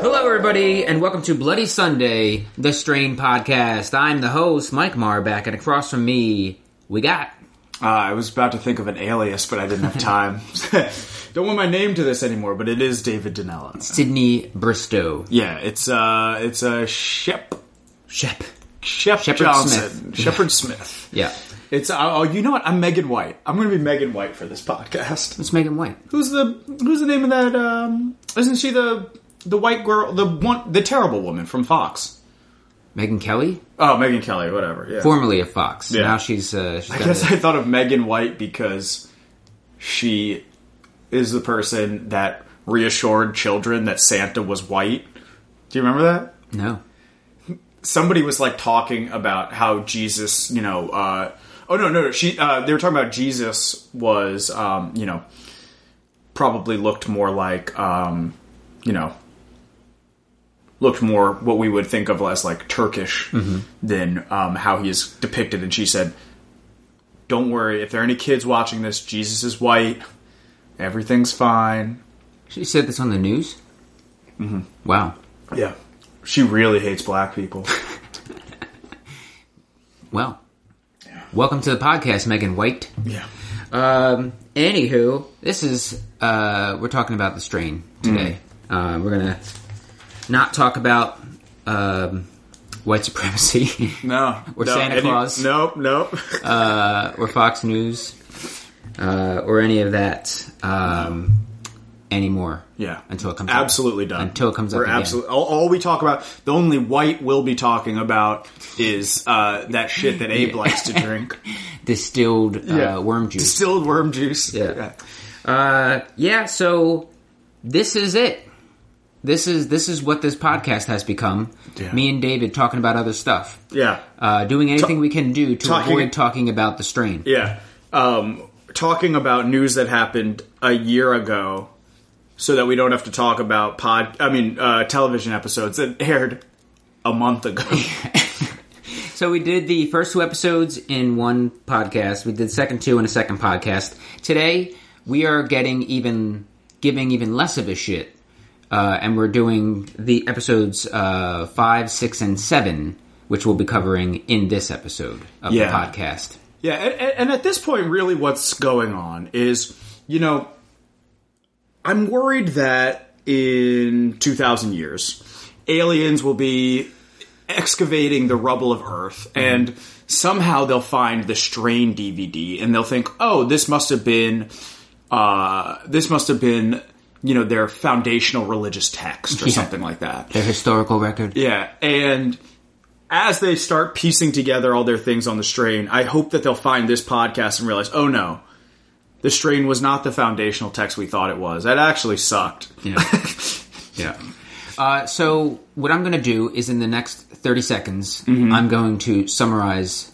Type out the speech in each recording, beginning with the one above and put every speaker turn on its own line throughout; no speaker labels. Hello, everybody, and welcome to Bloody Sunday, the Strain Podcast. I'm the host, Mike Marback, and across from me, we got.
Uh, I was about to think of an alias, but I didn't have time. Don't want my name to this anymore, but it is David Danella.
Sydney Bristow.
Yeah, it's uh, it's a uh, Shep
Shep.
Shep
Shepherd
Johnson
Smith.
Shepard Smith.
Yeah.
It's uh, oh, you know what? I'm Megan White. I'm going to be Megan White for this podcast.
Let's make him white.
Who's the Who's the name of that? Um, isn't she the the white girl, the one, the terrible woman from Fox?
Megan Kelly,
Oh, Megan Kelly, whatever. Yeah.
formerly of Fox.
Yeah.
Now she's. Uh, she's
I
got
guess
a-
I thought of Megan White because she is the person that reassured children that Santa was white. Do you remember that?
no.
Somebody was like talking about how Jesus, you know, uh, oh no, no, no, she, uh, they were talking about Jesus was, um, you know, probably looked more like, um, you know, looked more what we would think of as like Turkish than um, how he is depicted. And she said, "Don't worry, if there are any kids watching this, Jesus is white. Everything's fine."
She said this on the news? Mm-hmm. Wow.
Yeah, she really hates black people.
Well, welcome to the podcast, Megan White.
yeah,
Um, anywho, this is uh, we're talking about the strain today.
Mm.
Uh, we're gonna not talk about um, white supremacy
no,
Or
no,
Santa
any-
Claus.
Nope, nope.
or Fox News uh, or any of that um, anymore.
yeah,
until it comes up.
absolutely done.
Until it comes up
We're
again.
absolutely all, all we talk about. The only white we'll be talking about is uh, that shit that Abe likes to drink,
distilled
Yeah.
uh, worm juice.
distilled worm juice.
Yeah. Uh, yeah, so this is it. This is this is what this podcast has become.
Yeah.
Me and David talking about other stuff.
yeah.
Uh, doing anything we can do to
talking-
avoid talking about the strain.
Yeah. Um, talking about news that happened a year ago so that we don't have to talk about pod I mean uh, television episodes that aired a month ago.
So we did the first two episodes in one podcast. We did second two in a second podcast. Today we are getting even giving even less of a shit, uh, and we're doing the episodes uh, five, six, and seven, which we'll be covering in this episode of
Yeah.
the podcast.
yeah, and, and and at this point really what's going on is, you know, I'm worried that in 2000 years aliens will be excavating the rubble of Earth, and somehow they'll find the Strain DVD, and they'll think, "Oh, this must have been, uh, this must have been, you know, their foundational religious text or something like that."
Their historical record.
Yeah, and as they start piecing together all their things on the Strain, I hope that they'll find this podcast and realize, "Oh no." The strain was not the foundational text we thought it was. That actually sucked.
Yeah. yeah. Uh, so what I'm going to do is in the next 30 seconds,
Mm-hmm.
I'm going to summarize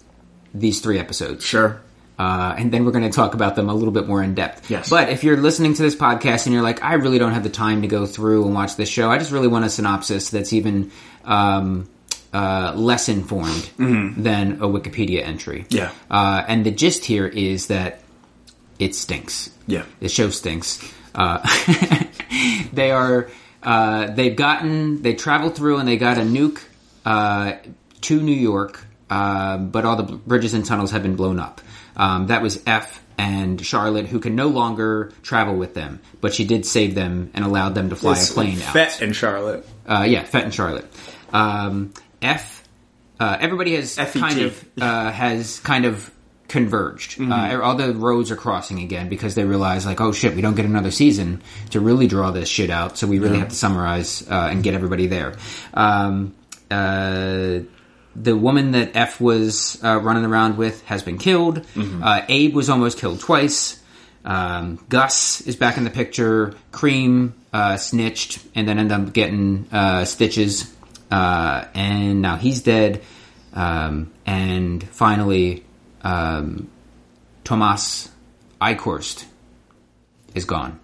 these three episodes.
Sure.
Uh, and then we're going to talk about them a little bit more in depth.
Yes.
But if you're listening to this podcast and you're like, I really don't have the time to go through and watch this show, I just really want a synopsis that's even um, uh, less informed than a Wikipedia entry.
Mm-hmm. Yeah.
Uh, and the gist here is that it stinks.
Yeah.
The show stinks. Uh, they are. Uh, they've gotten. They traveled through and they got a nuke uh, to New York, uh, but all the bl- bridges and tunnels have been blown up. Um, that was F and Charlotte, who can no longer travel with them, but she did save them and allowed them to fly a plane out.
Fett and Charlotte.
Uh, yeah, Fett and Charlotte. Um, F. Uh, everybody has
FET.
kind of uh, has kind of converged. Uh, all the roads are crossing again because they realize, like, oh shit, we don't get another season to really draw this shit out, so we really have to summarize uh, and get everybody there. Um, uh, the woman that F was uh, running around with has been killed. Uh, Abe was almost killed twice. Um, Gus is back in the picture. Cream uh, snitched and then ended up getting uh, stitches. Uh, and now he's dead. Um, and finally, um, Tomas Eichhorst is gone,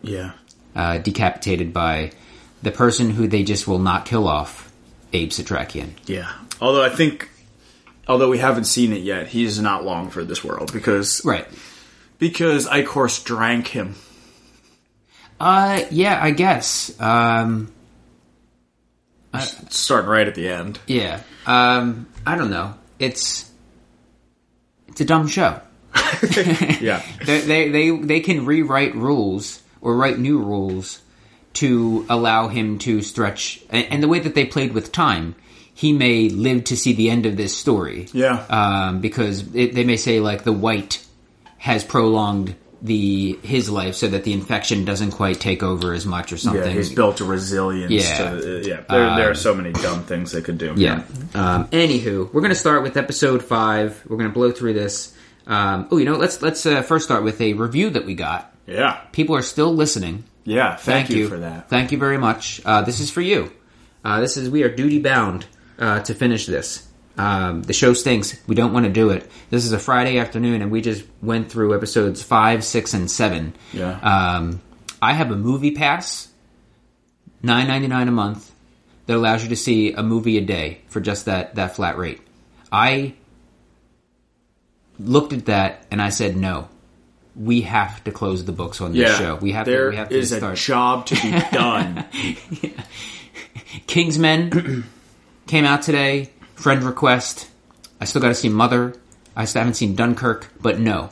Yeah.
uh, decapitated by the person who they just will not kill off, Abe Satrakian.
Yeah. Although I think, although we haven't seen it yet, he's not long for this world because
Right.
because Icorse drank him.
Uh, yeah, I guess. Um,
starting right at the end.
Yeah. Um, I don't know. It's it's a dumb show.
Yeah.
They they they, they can rewrite rules or write new rules to allow him to stretch. And, and the way that they played with time, he may live to see the end of this story.
Yeah.
Um, because it, they may say like the white has prolonged the his life so that the infection doesn't quite take over as much or something.
yeah, he's built a resilience
Yeah. Um,
to. yeah, there, there are so many dumb things they could do.
Yeah. Um, anywho, we're going to start with episode five. We're going to blow through this. Um, oh, you know, let's let's uh, first start with a review that we got.
Yeah.
People are still listening.
Yeah. Thank,
Thank,
you, for that.
Thank you very much. Uh, this is for you. Uh, this is we are duty bound uh, to finish this. Um, the show stinks. We don't want to do it. This is a Friday afternoon, and we just went through episodes five, six, and seven.
Yeah.
Um, I have a movie pass, nine ninety nine a month, that allows you to see a movie a day for just that that flat rate. I looked at that and I said, no, we have to close the books on this
yeah.
show. We have
There
to, we have
is
to
a
start.
job to be done.
Kingsmen came out today. Friend request. I still got to see Mother. I still haven't seen Dunkirk, but no,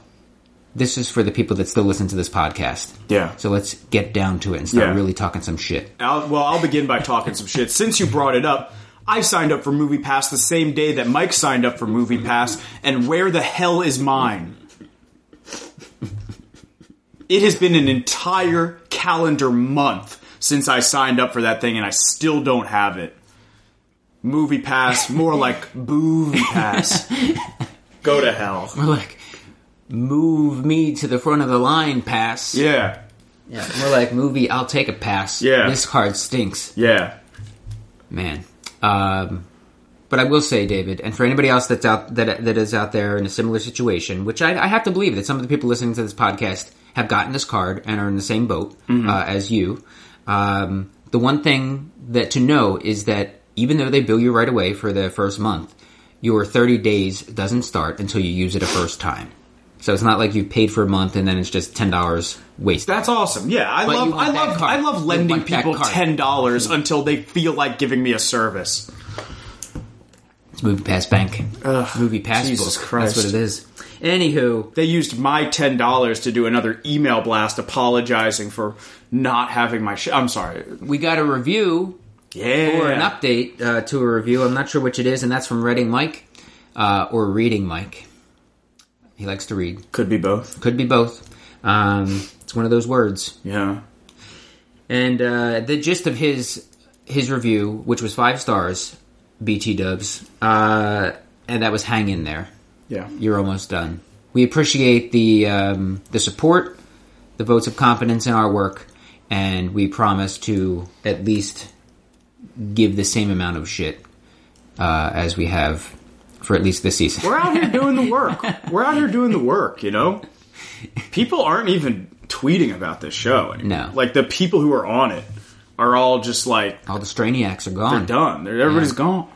this is for the people that still listen to this podcast.
Yeah.
So let's get down to it and start
Yeah.
really talking some shit.
I'll, well, I'll begin by talking some shit. Since you brought it up, I signed up for Movie Pass the same day that Mike signed up for Movie Pass, and where the hell is mine? It has been an entire calendar month since I signed up for that thing, and I still don't have it. Movie Pass, more like Boovie Pass. Go to hell.
We're like, move me to the front of the line, pass.
Yeah,
Yeah. We're like, movie, I'll take a pass.
Yeah.
This card stinks.
yeah.
man. Um, but I will say, David, and for anybody else that's out that that is out there in a similar situation, which I, I have to believe that some of the people listening to this podcast have gotten this card and are in the same boat
Mm-hmm.
uh, as you. Um, the one thing that to know is that even though they bill you right away for the first month, your 30 days doesn't start until you use it a first time. So it's not like you paid for a month and then it's just ten dollars wasted.
That's awesome. Yeah, I love
you want
I
that
love
card.
I love
You
lending
want that
people
card. Mm-hmm.
ten dollars until they feel like giving me a service.
It's movie pass bank, movie pass
Jesus
book.
Christ.
That's what it is. Anywho,
They used my ten dollars to do another email blast apologizing for not having my shit. I'm sorry.
we got a review
Yeah.
or an update uh, to a review. I'm not sure which it is, and that's from Reading Mike uh, or Reading Mike. He likes to read.
Could be both.
Could be both. Um, it's one of those words.
Yeah.
And uh, the gist of his his review, which was five stars, BT Dubs, uh, and that was hang in there.
Yeah.
You're almost done. We appreciate the um, the support, the votes of confidence in our work, and we promise to at least give the same amount of shit uh, as we have for at least this season.
We're out here doing the work. We're out here doing the work, you know? People aren't even tweeting about this show anymore.
No.
Like the people who are on it are all just like
All the Straniacs are gone.
done. They're, everybody's gone.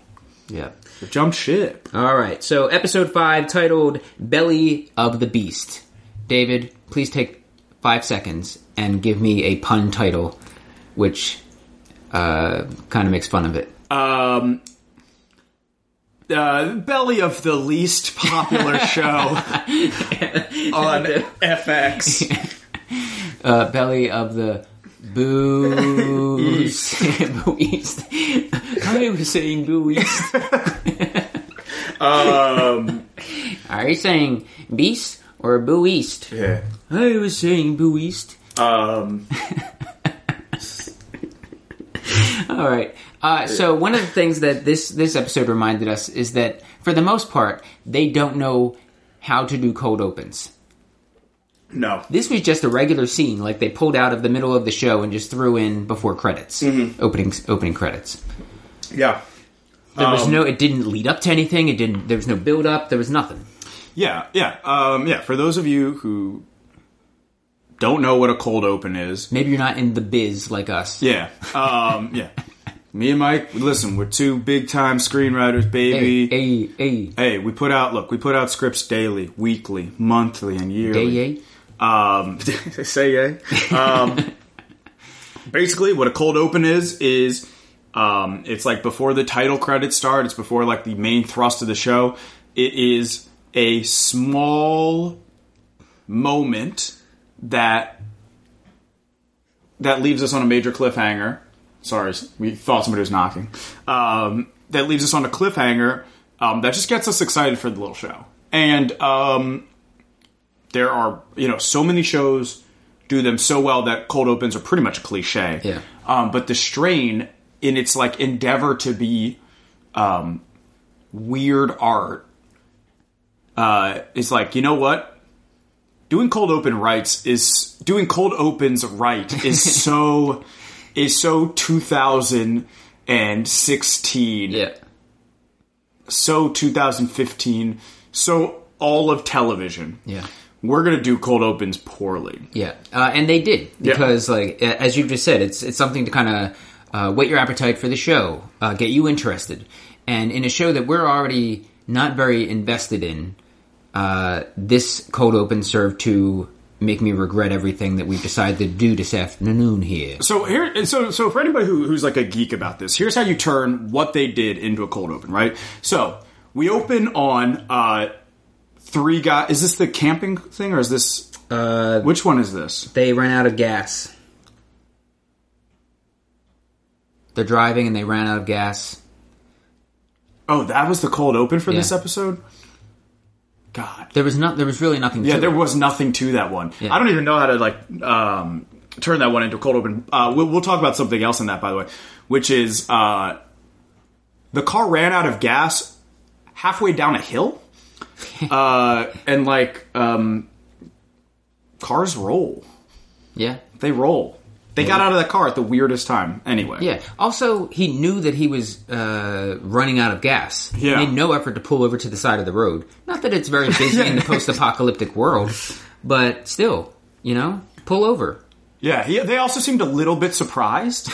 Yeah.
They jumped ship.
All right. So episode five, titled "Belly of the Beast." David, please take five seconds and give me a pun title, which uh, kind of makes fun of it.
um, uh, belly of the least popular show on FX.
uh, belly of the booze. Boo East. I was saying boo East. Are you saying beast or boo East?
Yeah.
I was saying boo East.
Um,
All right. Uh, so one of the things that this this episode reminded us is that for the most part they don't know how to do cold opens.
no.
This was just a regular scene, like they pulled out of the middle of the show and just threw in before credits, opening opening credits.
Yeah.
There was no. It didn't lead up to anything. It didn't. There was no build up. There was nothing.
Yeah. Yeah. Um, yeah. For those of you who don't know what a cold open is,
Maybe you're not in the biz like us.
yeah. Um, yeah. Me and Mike, listen, we're two big time screenwriters, baby.
Hey, hey, hey,
Hey, we put out look, we put out scripts daily, weekly, monthly, and yearly.
hey, hey.
Um, say yay. Um, basically, what a cold open is is Um, it's like before the title credits start. It's before like the main thrust of the show. It is a small moment that that leaves us on a major cliffhanger. Sorry, we thought somebody was knocking. Um, that leaves us on a cliffhanger um, that just gets us excited for the little show. And um, there are you know so many shows do them so well that cold opens are pretty much a cliche.
Yeah.
Um, but the strain in its like endeavor to be um, weird art uh, is like you know what doing cold open rights is doing cold opens right is so is so 2016
Yeah.
so 2015 so all of television
Yeah.
we're gonna do cold opens poorly
Yeah, uh, and they did
Yeah.
because, like a- as you just said, it's it's something to kind of uh, whet your appetite for the show, uh, get you interested, and in a show that we're already not very invested in, uh, this cold open served to make me regret everything that we decided to do this afternoon here.
so here so so for anybody who, who's like a geek about this here's how you turn what they did into a cold open right so we open on uh three guys is this the camping thing or is this uh which one is this
They ran out of gas. They're driving and they ran out of gas.
Oh, that was the cold open for this
Yeah.
episode? God.
There was not. There was really nothing.
Yeah,
to
there
it.
was nothing to that one. I don't even know how to like um, turn that one into a cold open. Uh, we'll, we'll talk about something else in that, by the way, which is uh, the car ran out of gas halfway down a hill, uh, and like um, cars roll.
Yeah.
They roll. They got out of that car at the weirdest time. Anyway,
Yeah. Also, he knew that he was uh, running out of gas. He
Yeah.
Made no effort to pull over to the side of the road. Not that it's very busy in the post-apocalyptic world, but still, you know, pull over.
yeah. He, they also seemed a little bit surprised.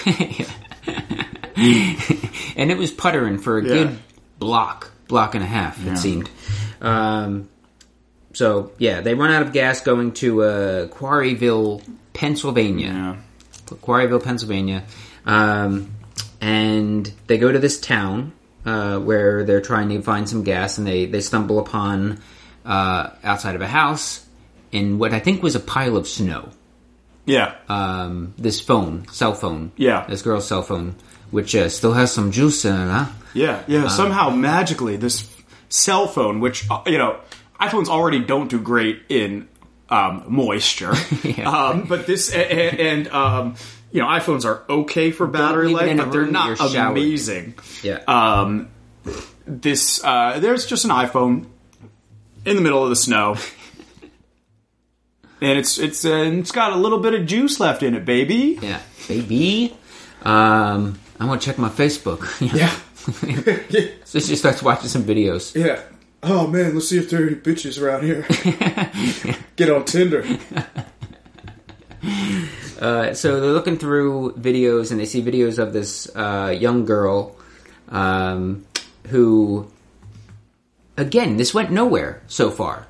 And it was puttering for a
Yeah.
good block, block and a half. It seemed. Um, so yeah, they run out of gas going to uh, Quarryville, Pennsylvania.
yeah.
Quarryville, Pennsylvania, um, and they go to this town uh, where they're trying to find some gas, and they they stumble upon uh, outside of a house in what I think was a pile of snow.
Yeah.
Um, this phone, cell phone,
Yeah.
this girl's cell phone, which uh, still has some juice in it, huh?
Yeah, yeah.
Um,
somehow magically, this cell phone, which uh, you know, iPhones already don't do great in um, moisture, um, but this a- a- and um, you know, iPhones are okay for battery
leave it
life,
in a
but they're
room that
not
you're showered.
amazing.
Yeah,
Um, this uh, there's just an iPhone in the middle of the snow. And it's it's uh, it's got a little bit of juice left in it, baby.
yeah, baby. Um, I'm gonna check my Facebook. so she starts watching some videos.
Yeah. Oh man, let's see if there are any bitches around here. Get on Tinder.
so they're looking through videos and they see videos of this uh, young girl um, who again this went nowhere so far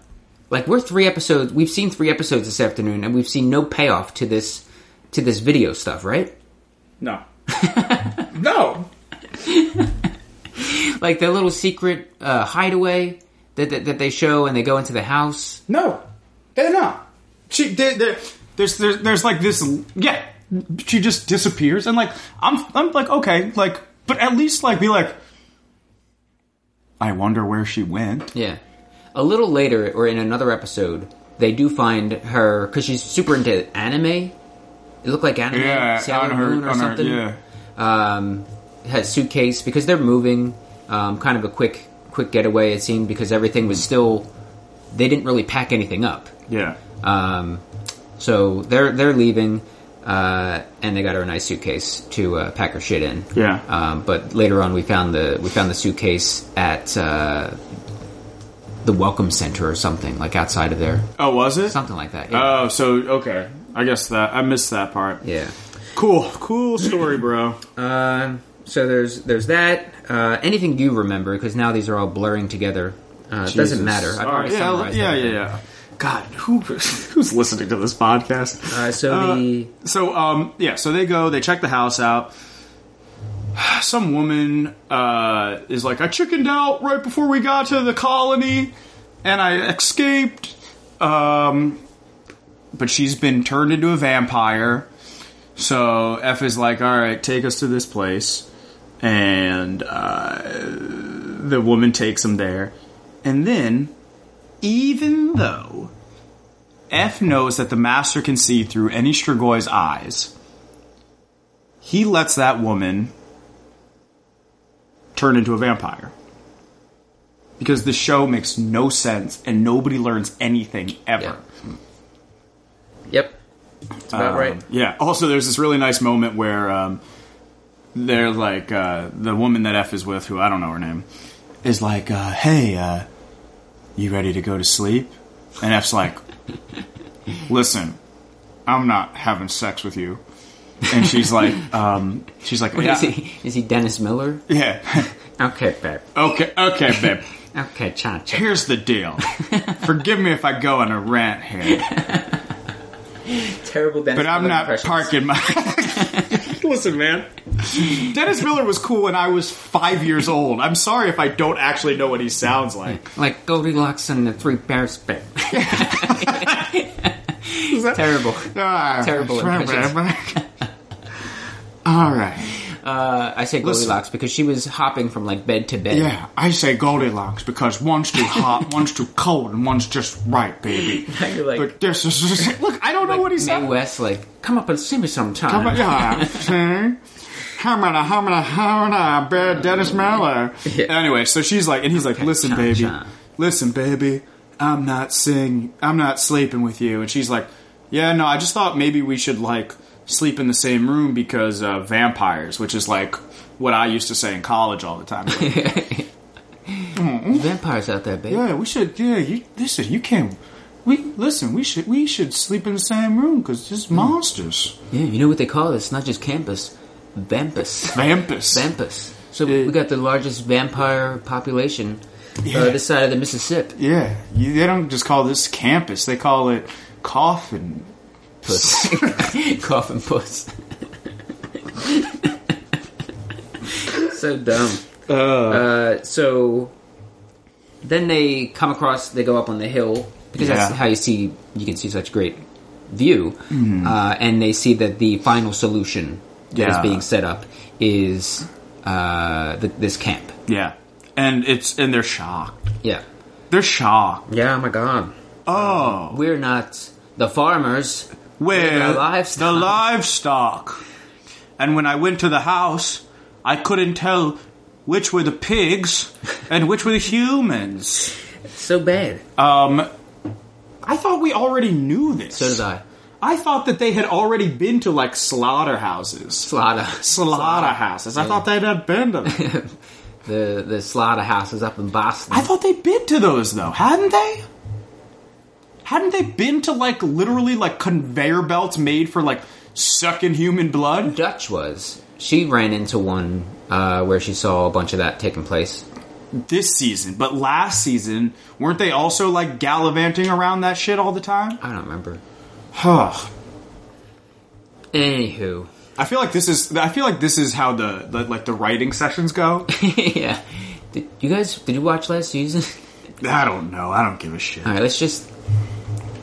like we're three episodes we've seen three episodes this afternoon and we've seen no payoff to this to this video stuff right
No. no.
like their little secret uh, hideaway that, that, that they show and they go into the house
No. They're not. She they, they, there's, there's there's like this yeah, she just disappears and like I'm I'm like okay, like but at least like be like I wonder where she went.
yeah a little later or in another episode they do find her because she's super into anime it looked like anime Sailor Moon or something um, has suitcase because they're moving. Um, kind of a quick quick getaway it seemed because everything was still they didn't really pack anything up.
yeah.
Um, so they're they're leaving, uh, and they got her a nice suitcase to uh, pack her shit in.
Yeah.
Um, but later on, we found the we found the suitcase at uh, the welcome center or something like outside of there,
oh, was it?
something like that.
Uh.
Yeah.
Oh, so okay. I guess that I missed that part.
yeah.
Cool, cool story, bro.
Um, so there's there's that. Uh, anything you remember? Because now these are all blurring together. Uh, it doesn't matter. I've
All right,
already
yeah,
summarized
yeah, yeah,
everything.
yeah. God, who who's listening to this podcast?
Uh, so the
So um yeah, so they go, they check the house out. some woman uh, is like, I chickened out right before we got to the colony, and I escaped. Um, but she's been turned into a vampire. So F is like, all right, take us to this place, and uh, the woman takes him there, and then, even though F knows that the master can see through any Strigoi eyes, he lets that woman turn into a vampire. Because the show makes no sense and nobody learns anything ever.
Yep. That's about
Um,
right.
Yeah. Also, there's this really nice moment where um, they're like uh, the woman that F is with, who I don't know her name, is like, uh, "Hey, uh, you ready to go to sleep?" And F's like, "Listen, I'm not having sex with you." And she's like, um, "She's like,
Is,
yeah,
he, is he Dennis Miller?
yeah,
Okay, babe.
okay, okay, babe."
Okay, cha cha.
Here's the deal. Forgive me if I go on a rant here.
Terrible Dennis
But I'm
Miller
not
impressions.
parking my. Listen, man. Dennis Miller was cool when I was five years old. I'm sorry if I don't actually know what he sounds like.
Like Goldilocks and the Three Bears, babe. Terrible.
Ah,
Terrible impressions.
All right.
Uh, I say Goldilocks because she was hopping from like bed to bed.
Yeah, I say Goldilocks because one's too hot, one's too cold, and one's just right, baby.
You're like-
but this is look. I don't know what he
Mae
sounds.
West, like, come up and see me sometime.
How about yeah? see? How about a- how about a- how about a bad Dennis Miller? Anyway, so she's like, and he's like, listen,
cha-cha."
baby, listen, baby, I'm not sing, I'm not sleeping with you. And she's like, yeah, no, I just thought maybe we should like sleep in the same room because uh, vampires, which is like what I used to say in college all the time. Like,
Vampires out there, babe.
yeah, we should. Yeah, you listen, you can't. We listen. We should. We should sleep in the same room because just monsters,
Yeah, you know what they call it? It's not just campus, Vampus.
vampires.
Vampus. So
Uh,
we got the largest vampire population uh, this side of the Mississippi.
Yeah, you, they don't just call this campus; they call it coffin.
Puss. Coffin puss. so dumb. Uh, so then they come across, they go up on the hill because
Yeah.
that's how you see, you can see such great view. Uh, and they see that the final solution that is
Yeah.
being set up is uh, th- this camp.
Yeah, and it's and they're shocked.
Yeah.
They're shocked.
Yeah, my God.
Oh,
We're not the farmers.
where
the livestock.
The livestock. And when I went to the house, I couldn't tell which were the pigs and which were the humans.
So bad.
Um, I thought we already knew this.
So did I.
I thought that they had already been to like slaughterhouses.
Slaughter.
Slaughterhouses. I thought they'd had been to them.
The the slaughterhouses up in Boston.
I thought they'd been to those though, hadn't they? Hadn't they been to like literally like conveyor belts made for like sucking human blood?
Dutch was. She ran into one uh, where she saw a bunch of that taking place.
This season, but last season, weren't they also like gallivanting around that shit all the time?
I don't remember.
Huh.
Anywho,
I feel like this is I feel like this is how the, the like the writing sessions go.
yeah. Did you guys? Did you watch last season?
I don't know. I don't give a shit.
All right, let's just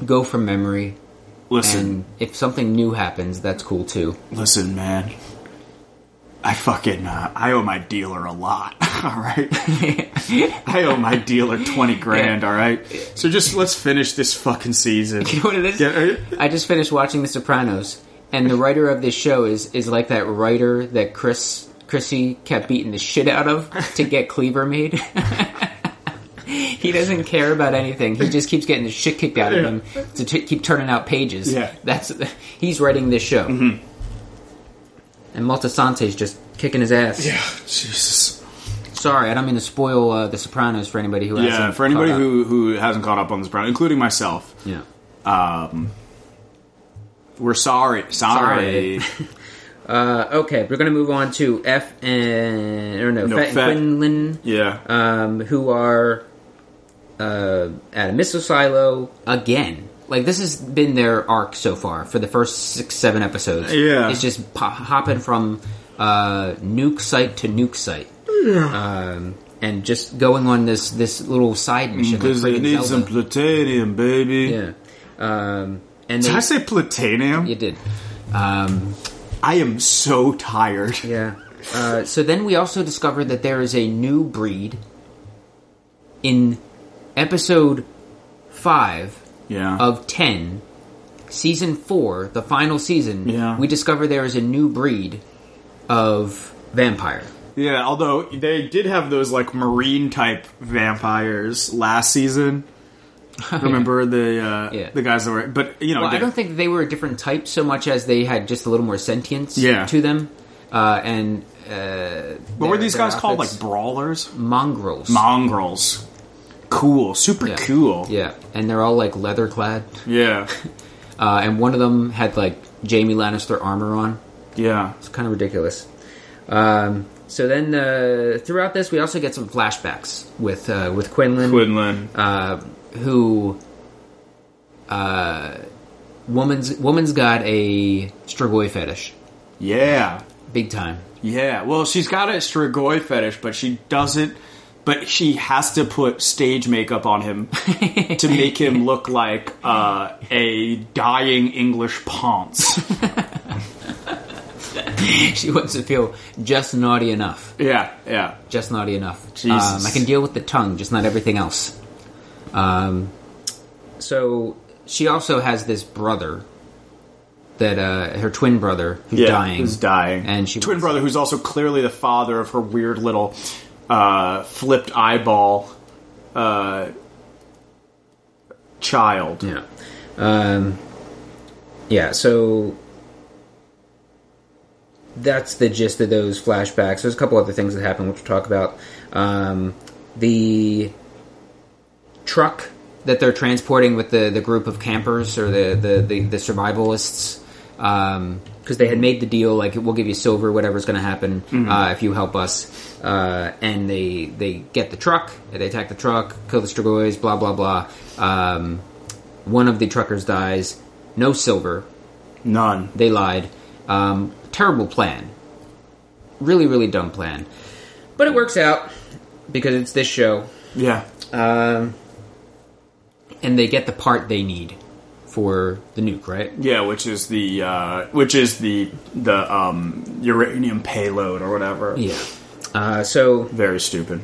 go from memory.
Listen,
And if something new happens, that's cool too.
listen, man. I fucking uh, I owe my dealer a lot. all right. I owe my dealer twenty grand. All right. So just let's finish this fucking season.
You know what it is?
Yeah, uh,
I just finished watching The Sopranos, and the writer of this show is is like that writer that Chris Chrissy kept beating the shit out of to get Cleaver made. he doesn't care about anything. He just keeps getting the shit kicked out of him to t- keep turning out pages.
Yeah. Mm-hmm.
that's he's writing this show, and Maltasante's just kicking his ass.
yeah, Jesus.
Sorry, I don't mean to spoil uh, The Sopranos for anybody who
Yeah.
hasn't
For anybody
caught up.
who who hasn't caught up on this brown, including myself,
yeah.
we're sorry. Sorry.
Uh, okay, we're gonna move on to F and or no,
No,
Fett
Fett.
and Quinlan.
yeah.
um, who are uh, at a missile silo again. Like this has been their arc so far for the first six, seven episodes.
Yeah.
it's just pop- hopping from uh, nuke site to nuke site. Um, and just going on this this little side mission.
Because
like
they
friggin'
need some
Zelda.
plutonium, baby.
Yeah. Um, and they,
Did I say plutonium?
you did. Um,
I am so tired.
Yeah. Uh, so then we also discovered that there is a new breed in episode five
Yeah.
of ten, season four, the final season.
Yeah.
We discover there is a new breed of vampire.
yeah, although they did have those like marine type vampires last season. Remember the uh,
Yeah.
the guys that were but you know
Well, I
they-
don't think they were a different type so much as they had just a little more sentience
Yeah.
to them. Uh, and uh,
what were
their-
these
their
guys called
outfits-
like brawlers?
mongrels?
Mongrels. Cool, super
Yeah.
cool.
Yeah, and they're all like leather clad.
Yeah.
uh, and one of them had like Jamie Lannister armor on.
Yeah.
It's kind of ridiculous. Um, so then, uh, throughout this, we also get some flashbacks with uh, with Quinlan,
Quinlan.
Uh, who uh, woman's woman's got a strigoi fetish,
yeah.
big time.
Yeah, well, she's got a strigoi fetish, but she doesn't. But she has to put stage makeup on him to make him look like uh, a dying English ponce.
she wants to feel just naughty enough.
yeah, yeah.
just naughty enough.
Jesus.
Um, I can deal with the tongue, just not everything else. Um, so she also has this brother that uh, her twin brother who's dying.
Who's dying.
And she
Twin
wants-
brother, who's also clearly the father of her weird little uh, flipped eyeball uh, child.
Yeah. Um, yeah. So that's the gist of those flashbacks. There's a couple other things that happen, which we'll talk about. Um, the truck that they're transporting with the, the group of campers or the the the, the survivalists. Because they had made the deal, like we'll give you silver, whatever's going to happen uh, if you help us. Uh, and they they get the truck, they attack the truck, kill the Strigoi, blah blah blah. Um, one of the truckers dies. No silver.
None.
They lied. Um, terrible plan. Really, really dumb plan. But it works out because it's this show,
Yeah.
and they get the part they need for the nuke, right?
Yeah, which is the uh, which is the the um, uranium payload or whatever.
Yeah. Uh, so
Very stupid.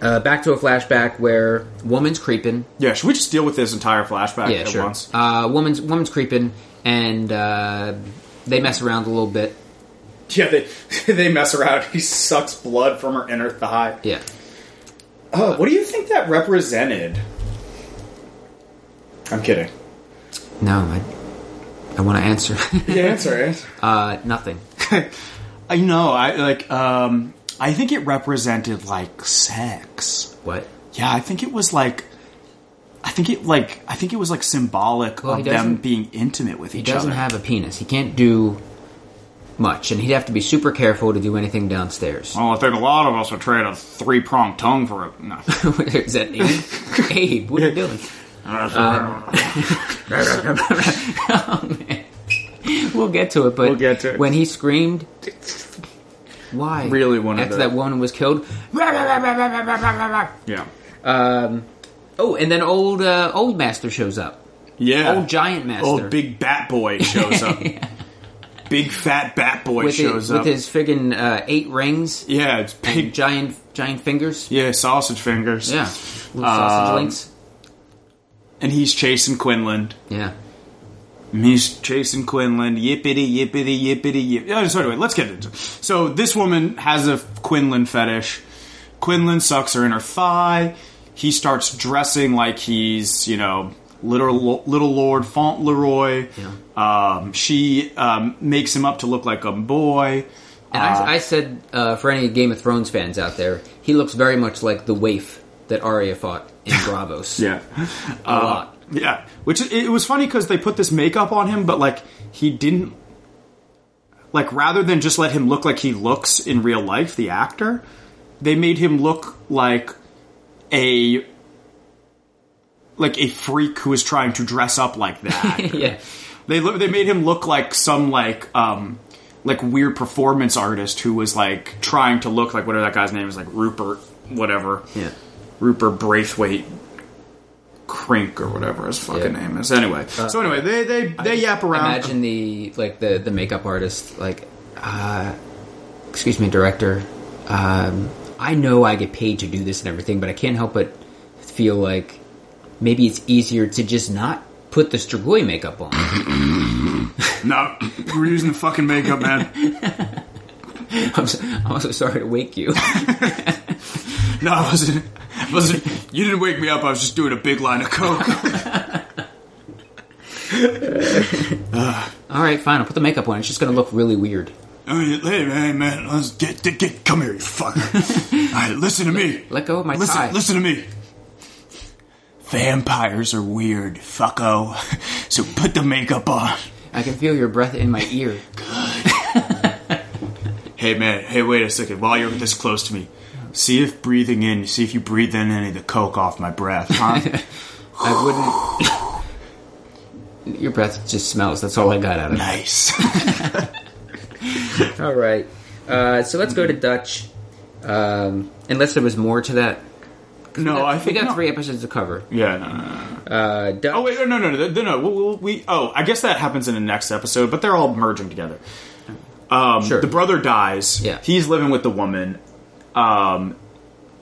uh, back to a flashback where woman's creeping.
Yeah, should we just deal with this entire flashback
Yeah,
at
sure.
once?
Uh, woman's woman's creeping, and uh, they mess around a little bit.
Yeah, they they mess around. He sucks blood from her inner thigh.
Yeah.
Oh, what do you think that represented? I'm kidding.
No, I I want to answer.
The answer is
uh, nothing.
I know. I like. Um, I think it represented like sex.
What?
Yeah, I think it was like. I think it like I think it was like symbolic
Well, he
of them
doesn't-
being intimate with each
He doesn't
other.
have a penis. He can't do much, and he'd have to be super careful to do anything downstairs.
well, I think a lot of us would trade a three pronged tongue for a no.
Is that Abe? Abe, what are you doing? Uh, Oh, man. We'll get to it, but
We'll get to it.
when he screamed, why?
Really wanted
after
to-
that woman was killed.
yeah,
Oh, and then old uh, old master shows up.
yeah.
Old giant master.
Old big bat boy shows up. Big fat bat boy
with
shows
his,
up.
with his friggin' uh, eight rings,
yeah, it's
and
big.
giant giant fingers.
Yeah, sausage fingers.
Yeah, little sausage
Um,
links.
and he's chasing Quinlan.
Yeah.
And he's chasing Quinlan. Yippity yippity yippity yip. Oh, so anyway, let's get into. It. So this woman has a Quinlan fetish. Quinlan sucks her in her thigh. He starts dressing like he's you know little little Lord Fauntleroy. Um, she um, makes him up to look like a boy.
And
Uh,
I, I said uh, for any Game of Thrones fans out there, he looks very much like the waif that Arya fought in Bravos.
Yeah. Uh,
a lot.
Yeah, which it was funny because they put this makeup on him, but like he didn't. Like rather than just let him look like he looks in real life, the actor, they made him look like a like a freak who is trying to dress up like that.
yeah,
They lo- they made him look like some like um like weird performance artist who was like trying to look like whatever that guy's name is, like Rupert, whatever.
Yeah.
Rupert Braithwaite Crink or whatever his fucking
Yeah. Uh,
name is. Anyway, so anyway, they they they yap around.
Imagine the like the the makeup artist like, uh, excuse me, director. Um, I know I get paid to do this and everything, but I can't help but feel like maybe it's easier to just not put the Strigoi makeup on.
No, we're using the fucking makeup, man.
I'm, so, I'm also sorry to wake you.
No, I wasn't. I wasn't. You didn't wake me up. I was just doing a big line of coke.
All right, fine. I'll put the makeup on. It's just going to look really weird.
I mean, hey, man, man, let's get, get, get, come here, you fucker. All right, listen to me.
Let go of my
listen,
tie.
listen to me. Vampires are weird, fucko. So put the makeup on.
I can feel your breath in my ear.
Hey, man, hey, wait a second. While you're this close to me, see if breathing in, see if you breathe in any of the coke off my breath, huh?
I wouldn't. your breath just smells. That's all I got out of it.
nice.
All right. Uh, so let's go to Dutch. Um, unless there was more to that.
no, Oh, I
we
think
got
no.
three episodes to cover.
Yeah, no, no, no.
Uh, Dutch.
Oh wait, no, no, no, no, no. no we, we, oh, I guess that happens in the next episode, but they're all merging together. Um,
Sure.
The brother dies.
Yeah.
He's living with the woman. Um,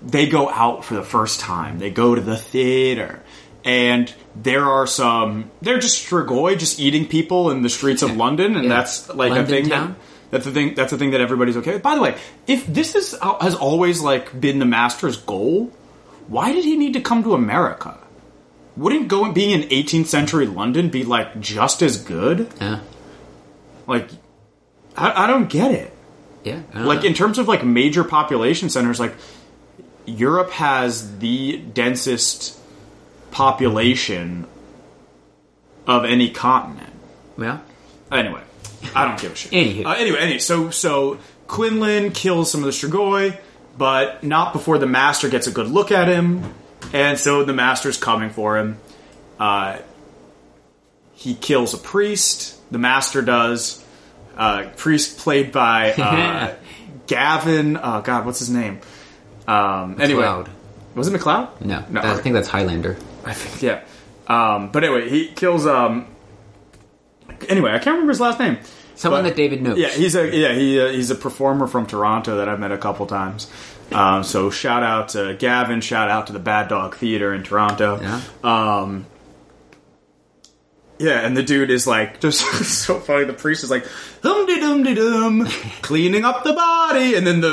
they go out for the first time. They go to the theater, and there are some. They're just Strigoi, just eating people in the streets of London, and
Yeah.
that's like a
London
thing
town.
that. That's the thing. That's the thing that everybody's okay with. By the way, if this is uh, has always like been the master's goal, why did he need to come to America? Wouldn't going being in 18th century London be like just as good?
Yeah.
Like, I, I don't get it.
Yeah. I don't
Like
know.
in terms of like major population centers, like Europe has the densest population of any continent.
yeah.
Anyway, I don't give a shit.
Anywho.
Uh, anyway, anyway, so so Quinlan kills some of the Strigoi, but not before the Master gets a good look at him, and so the Master's coming for him. Uh, he kills a priest. The Master does. Uh, priest played by uh, Gavin. Oh God, what's his name? Um, anyway,
McLeod.
was it McLeod?
No.
no.
I
okay.
think that's Highlander.
I think yeah. Um, but anyway, he kills. Um, anyway, I can't remember his last name.
Someone
But-
that David knows.
Yeah, he's a yeah he uh, he's a performer from Toronto that I've met a couple times. Um, so shout out to Gavin. Shout out to the Bad Dog Theater in Toronto.
Yeah. Uh,
Um, yeah, and the dude is like just so funny. The priest is like hum de dum de dum, cleaning up the body, and then the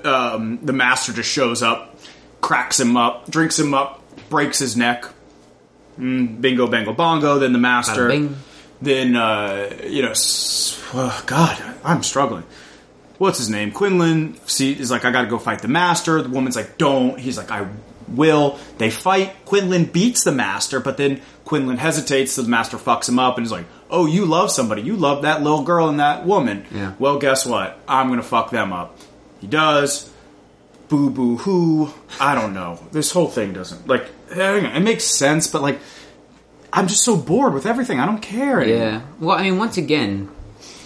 the um, the master just shows up, cracks him up, drinks him up, breaks his neck. Mm, bingo, bango, bongo. Then the master
Bada bing.
then uh, you know, s- oh, God, I'm struggling. What's his name? Quinlan. See, is like, I got to go fight the master. The woman's like, don't. He's like, I will. They fight. Quinlan beats the master, but then Quinlan hesitates. So the master fucks him up and is like, oh, you love somebody. You love that little girl and that woman.
Yeah.
Well, guess what? I'm gonna fuck them up. He does. Boo boo hoo. I don't know. This whole thing doesn't like. hang on, It makes sense, but like, I'm just so bored with everything. I don't care. Anymore.
Yeah. Well, I mean, once again,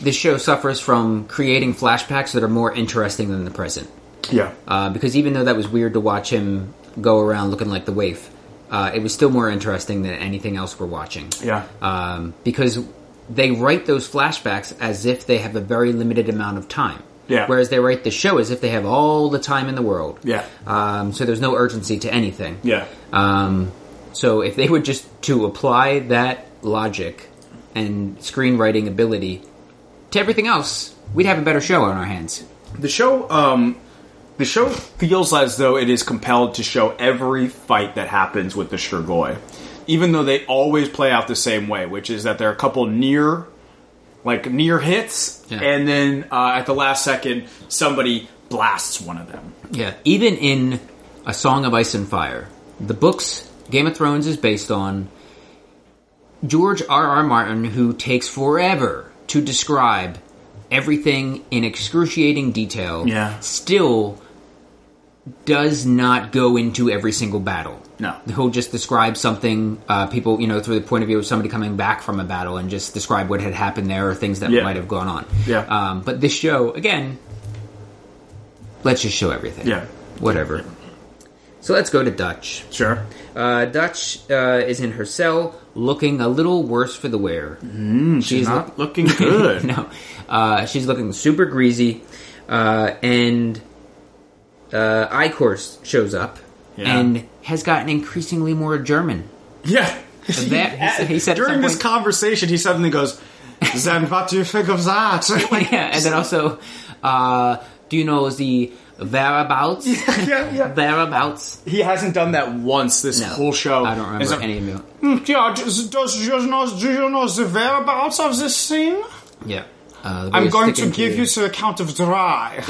this show suffers from creating flashbacks that are more interesting than the present.
Yeah.
Uh, because even though that was weird to watch him go around looking like the waif, uh, it was still more interesting than anything else we're watching.
yeah.
Um, because they write those flashbacks as if they have a very limited amount of time.
Yeah.
Whereas they write the show as if they have all the time in the world.
Yeah.
Um, so there's no urgency to anything.
yeah.
Um, so if they would just to apply that logic and screenwriting ability to everything else, we'd have a better show on our hands.
The show um the show feels as though it is compelled to show every fight that happens with the Shergoy. Even though they always play out the same way, which is that there are a couple near like near hits
Yeah.
and then uh, at the last second somebody blasts one of them.
Yeah. Even in A Song of Ice and Fire, the books Game of Thrones is based on, George R. R. Martin, who takes forever to describe everything in excruciating detail,
Yeah.
still does not go into every single battle.
No.
He'll just describe something, uh, people, you know, through the point of view of somebody coming back from a battle and just describe what had happened there or things that
Yeah.
might have gone on.
Yeah.
Um, but this show, again, let's just show everything.
Yeah.
Whatever. So let's go to Dutch.
Sure.
Uh, Dutch uh, is in her cell, looking a little worse for the wear.
Hmm, She's, not looking good.
No, uh, she's looking super greasy, uh, and uh, Icorse shows up
Yeah.
and has gotten increasingly more German.
Yeah.
That- he said- he said at
during
some
this
point-
conversation, he suddenly goes, "Then what do you think of that?"
yeah, and then also, uh, do you know the whereabouts?
yeah, yeah.
Whereabouts?
He hasn't done that once this
No,
whole show.
I don't remember
It's like,
any of it.
"Hmm, yeah, does, does you know, do you know the whereabouts of this thing?
Yeah. Uh,
I'm
we're
going to
sticking
give you the count of dry.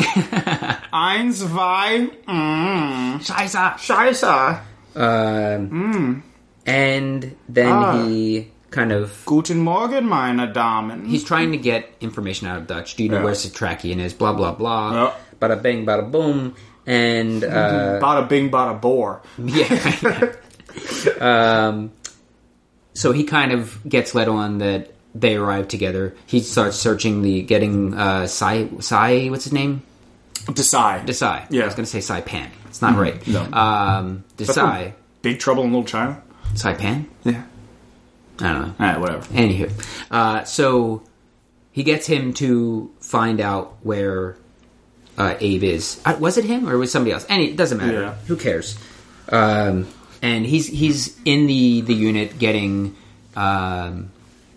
Eins, zwei, mm.
Scheiße.
Scheiße.
Um, And then
Ah.
he kind of
Guten Morgen, meine Damen.
he's trying to get information out of Dutch. Do you know
Yeah.
where Satrakian is? Blah blah blah.
Yeah.
Bada bang, bada boom, and uh,
bada bing, bada bore.
yeah. um, so he kind of gets let on that they arrive together. He starts searching the getting uh, Sai Sai. What's his name?
Decide.
Desai.
Yeah. Mm-hmm.
I was going to say Sai Pan. It's not right.
No.
Um, Desai.
Big Trouble in Little China?
Sai Pan.
Yeah.
I don't know.
Alright, whatever.
Anywho, uh, so he gets him to find out where uh, Abe is. Uh, was it him or was somebody else? Any, it doesn't matter.
Yeah.
Who cares? Um, and he's he's in the the unit getting um,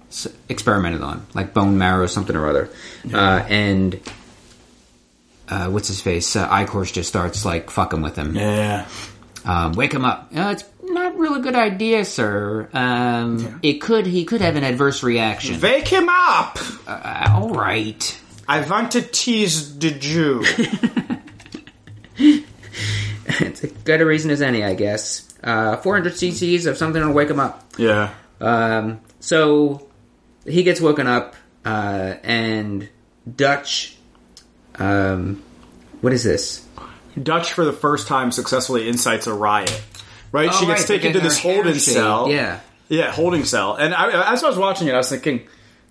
s- experimented on, like bone marrow, something or other. Uh, and uh, what's his face? Uh, Icorse just starts like fucking with him.
Yeah.
Um, wake him up. Uh, it's not a really good idea, sir. Um, It could he could have an adverse reaction.
Wake him up!
Uh, all right.
I want to tease the Jew.
it's as good a reason as any, I guess. Uh, 400 cc's of something will wake him up.
yeah.
Um, so he gets woken up, uh, and Dutch. Um, what is this?
Dutch, for the first time, successfully incites a riot. Right? she
Oh,
gets
right,
taken to
they're
this
getting their
holding
hair shaved.
cell.
Yeah.
Yeah, holding cell. And I, as I was watching it, I was thinking,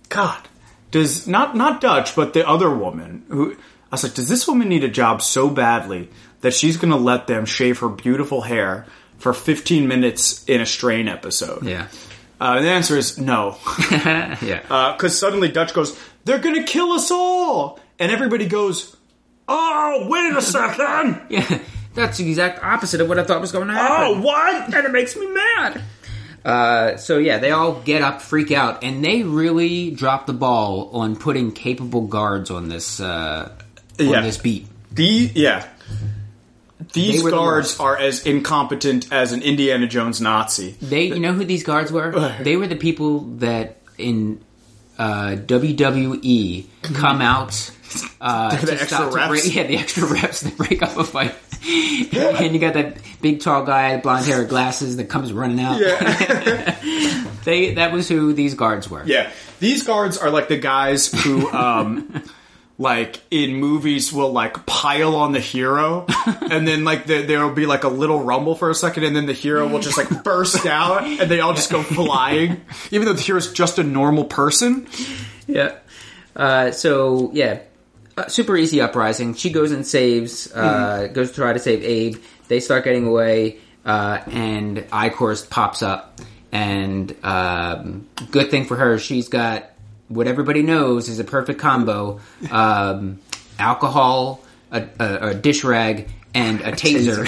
God, does not not Dutch, but the other woman who I was like, does this woman need a job so badly that she's going to let them shave her beautiful hair for 15 minutes in a Strain episode?
Yeah.
Uh, and the answer is no,
Yeah.
because suddenly Dutch goes, "They're going to kill us all," and everybody goes, "Oh, wait a second!
yeah. That's the exact opposite of what I thought was going to happen.
Oh, what?"
and it makes me mad.
Oh!
Uh, so yeah, they all get up, freak out, and they really drop the ball on putting capable guards on this uh, on
Yeah.
this beat.
The yeah. These
They were the
guards
worst.
are as incompetent as an Indiana Jones Nazi.
They, you know who these guards were? They were the people that in uh, WWE come out uh,
the
to
extra
stop, To
reps?
break, yeah, the extra reps that break up a fight. and you got that big tall guy, blonde hair, glasses that comes running out. they that was who these guards were.
Yeah, these guards are like the guys who, um, like in movies, will like pile on the hero, and then like the, there will be like a little rumble for a second, and then the hero will just like burst out, and they all just go flying, even though the hero's just a normal person.
yeah. Uh, so yeah, uh, super easy uprising. She goes and saves, uh, goes to try to save Abe. They start getting away, uh, and Icorse pops up. And um, good thing for her, she's got what everybody knows is a perfect combo: um, alcohol, a, a, a dish rag, and a taser.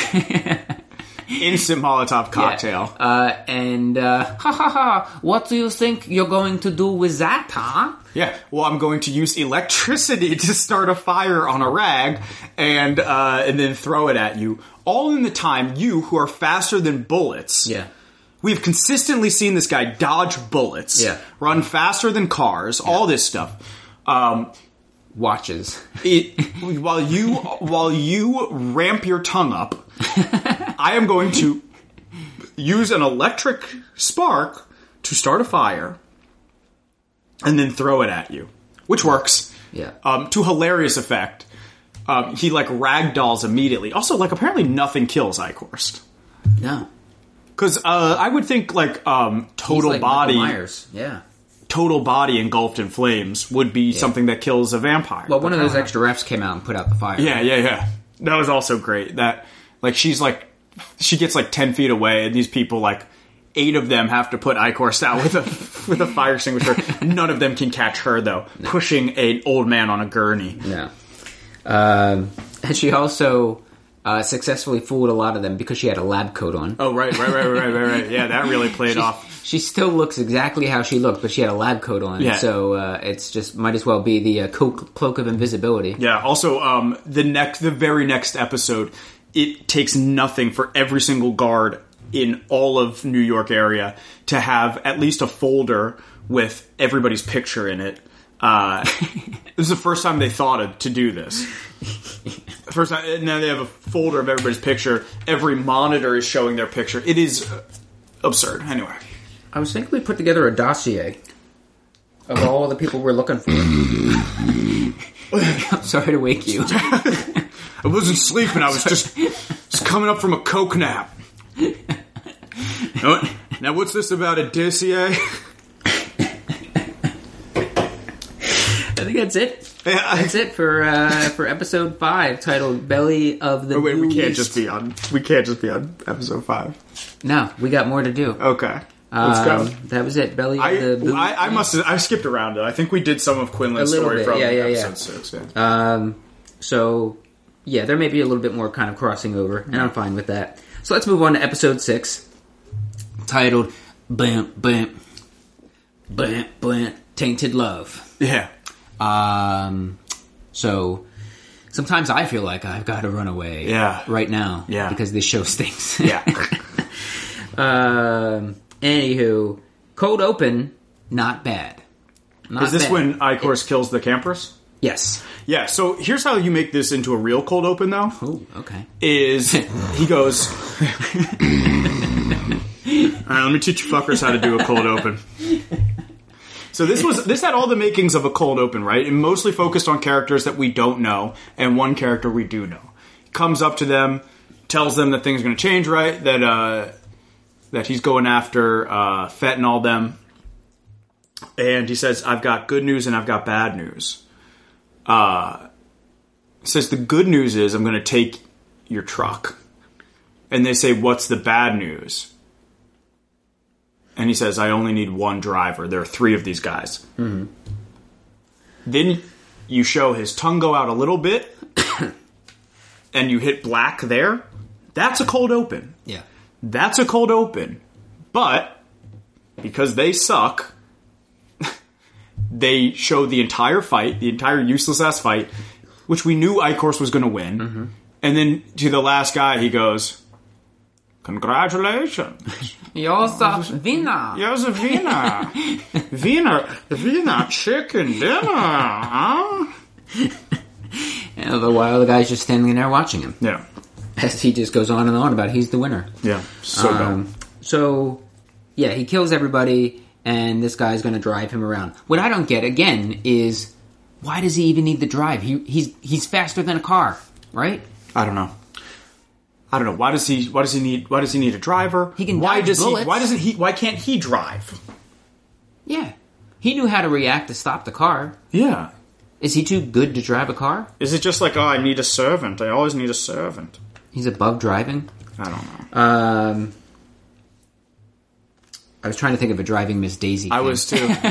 Instant Molotov cocktail.
Yeah. Uh, and uh, ha ha ha! What do you think you're going to do with that, huh?
Yeah, well, I'm going to use electricity to start a fire on a rag, and uh, and then throw it at you. All in the time you, who are faster than bullets, We've consistently seen this guy dodge bullets,
Yeah.
run faster than cars, all this stuff. Um,
watches.
it, while you while you ramp your tongue up, I am going to use an electric spark to start a fire and then throw it at you, which works
Yeah.
um, to hilarious effect. um, he like ragdolls immediately. Also, like apparently nothing kills Icorst
No.
because uh, I would think like um,
He's
total
like Michael
body,
Myers. Yeah.
total body engulfed in flames would be something that kills a vampire.
Well, one of those extra refs came out and put out the fire.
Yeah, yeah, yeah. That was also great. That like she's like she gets like ten feet away, and these people like eight of them have to put Icorst out with a with a fire extinguisher. None of them can catch her though, pushing an old man on a gurney.
No. Um, and she also uh, successfully fooled a lot of them because she had a lab coat on.
Oh right, right, right, right, right, right. Yeah, that really played off.
She still looks exactly how she looked, but she had a lab coat on.
Yeah.
So uh, it's just might as well be the uh, co- cloak of invisibility.
Yeah. Also, um, the next, the very next episode, it takes nothing for every single guard in all of New York area to have at least a folder with everybody's picture in it. Uh, this is the first time they thought of, to do this. First time, now they have a folder of everybody's picture. Every monitor is showing their picture. It is uh, absurd. Anyway,
I was thinking we put together a dossier of all the people we're looking for. I'm sorry to wake you.
I wasn't sleeping. I was just, just coming up from a coke nap. Oh, Now, what's this about a dossier?
I think that's it.
Yeah, I-
That's it for uh, for episode five, titled "Belly of the."
Oh, Wait, we can't
Beast."
just be on. We can't just be on episode five.
No, we got more to do.
Okay, let's
Um,
go.
That was it. Belly
Oh, I,
of the. Beast.
I, I must. I skipped around it. I think we did some of Quinlan's
A little
story
bit,
from
yeah, yeah, yeah.
episode six. Yeah.
Um, so, yeah, there may be a little bit more kind of crossing over, and I'm fine with that. So let's move on to episode six, titled "Bam Bam Bam Bam Tainted Love."
yeah.
Um, so sometimes I feel like I've got to run away,
Yeah.
right now,
Yeah.
because this show stinks.
Yeah.
um, anywho, cold open, not bad. Not
Is this
bad.
when Icorus kills the campers?
Yes.
Yeah. So here's how you make this into a real cold open, though.
Oh, okay.
Is he goes? All right, let me teach you fuckers how to do a cold open. So this was this had all the makings of a cold open, right? It mostly focused on characters that we don't know and one character we do know. Comes up to them, tells them that things are going to change, right? That uh, that he's going after uh, Fett and all them, and he says, "I've got good news and I've got bad news." Uh, says the good news is I'm going to take your truck, and they say, "What's the bad news?" And he says, "I only need one driver. There are three of these guys." Then you show his tongue go out a little bit, and you hit black there. That's a cold open.
Yeah.
That's a cold open. But because they suck, they show the entire fight, the entire useless ass fight, which we knew Icorse was going to win. And then to the last guy, he goes, Congratulations.
Yosa Vina.
Here's a Wiener. Wiener, Wiener chicken dinner. Huh?
And the while the guy's just standing there watching him
Yeah.
as he just goes on and on about he's the winner.
Yeah. So dumb.
Um, so yeah, he kills everybody, and this guy's going to drive him around. What I don't get again is why does he even need the drive? He he's he's faster than a car, right?
I don't know. I don't know. Why does he? Why does he need? Why does he need a driver? He
can
Why
dodge
does he?
bullets.
Why doesn't he? Why can't he drive?
Yeah, he knew how to react to stop the car.
Yeah.
Is he too good to drive a car?
Is it just like oh, I need a servant? I always need a servant.
He's above driving.
I don't know.
Um, I was trying to think of a driving Miss Daisy.
I
thing.
was too.
but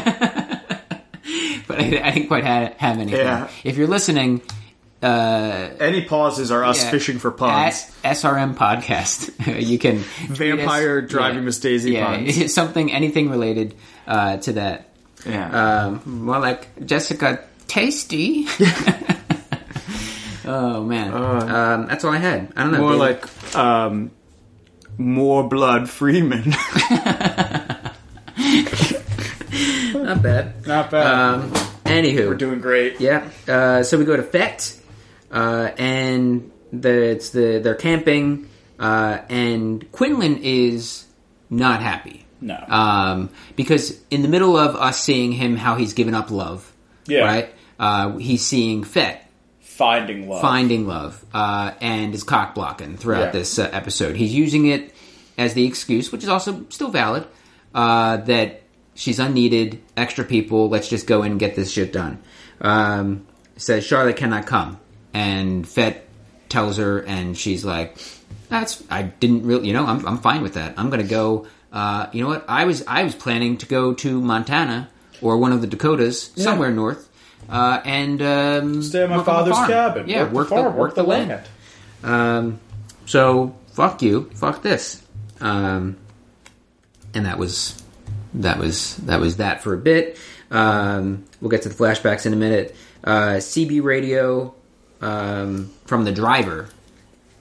I, I didn't quite have, have anything.
Yeah.
If you're listening,
Any pauses are us
Yeah.
fishing for puns.
At SRM podcast. you can tweet
Vampire
us-
driving Miss Daisy puns.
something anything related uh, to that.
yeah.
Um, more like Jessica Tasty. oh man, um, that's all I had. I don't know.
Uh, More
David.
like um, more blood Freeman.
not bad.
Not bad.
Um, anywho,
We're doing great.
yeah. Uh, so we go to Fett, uh, and the it's the they're camping, uh, and Quinlan is not happy.
No.
um, because in the middle of us seeing him, how he's given up love,
Yeah.
right? Uh, he's seeing Fett,
finding love.
finding love uh, and is cock blocking throughout
Yeah.
this uh, episode. He's using it as the excuse, which is also still valid, uh, that she's unneeded, extra people, let's just go in and get this shit done. Um, says Charlotte cannot come. And Fett tells her, and she's like, that's, I didn't really, you know, I'm, I'm fine with that. I'm going to go, uh, you know what? I was, I was planning to go to Montana or one of the Dakotas, somewhere north. Uh, and um,
Stay at my
work on the
father's
farm.
cabin.
Yeah,
work the farm, work, the land.
So fuck you, fuck this. Um, and that was that was that was that for a bit. Um, we'll get to the flashbacks in a minute. Uh, CB radio um, from the driver.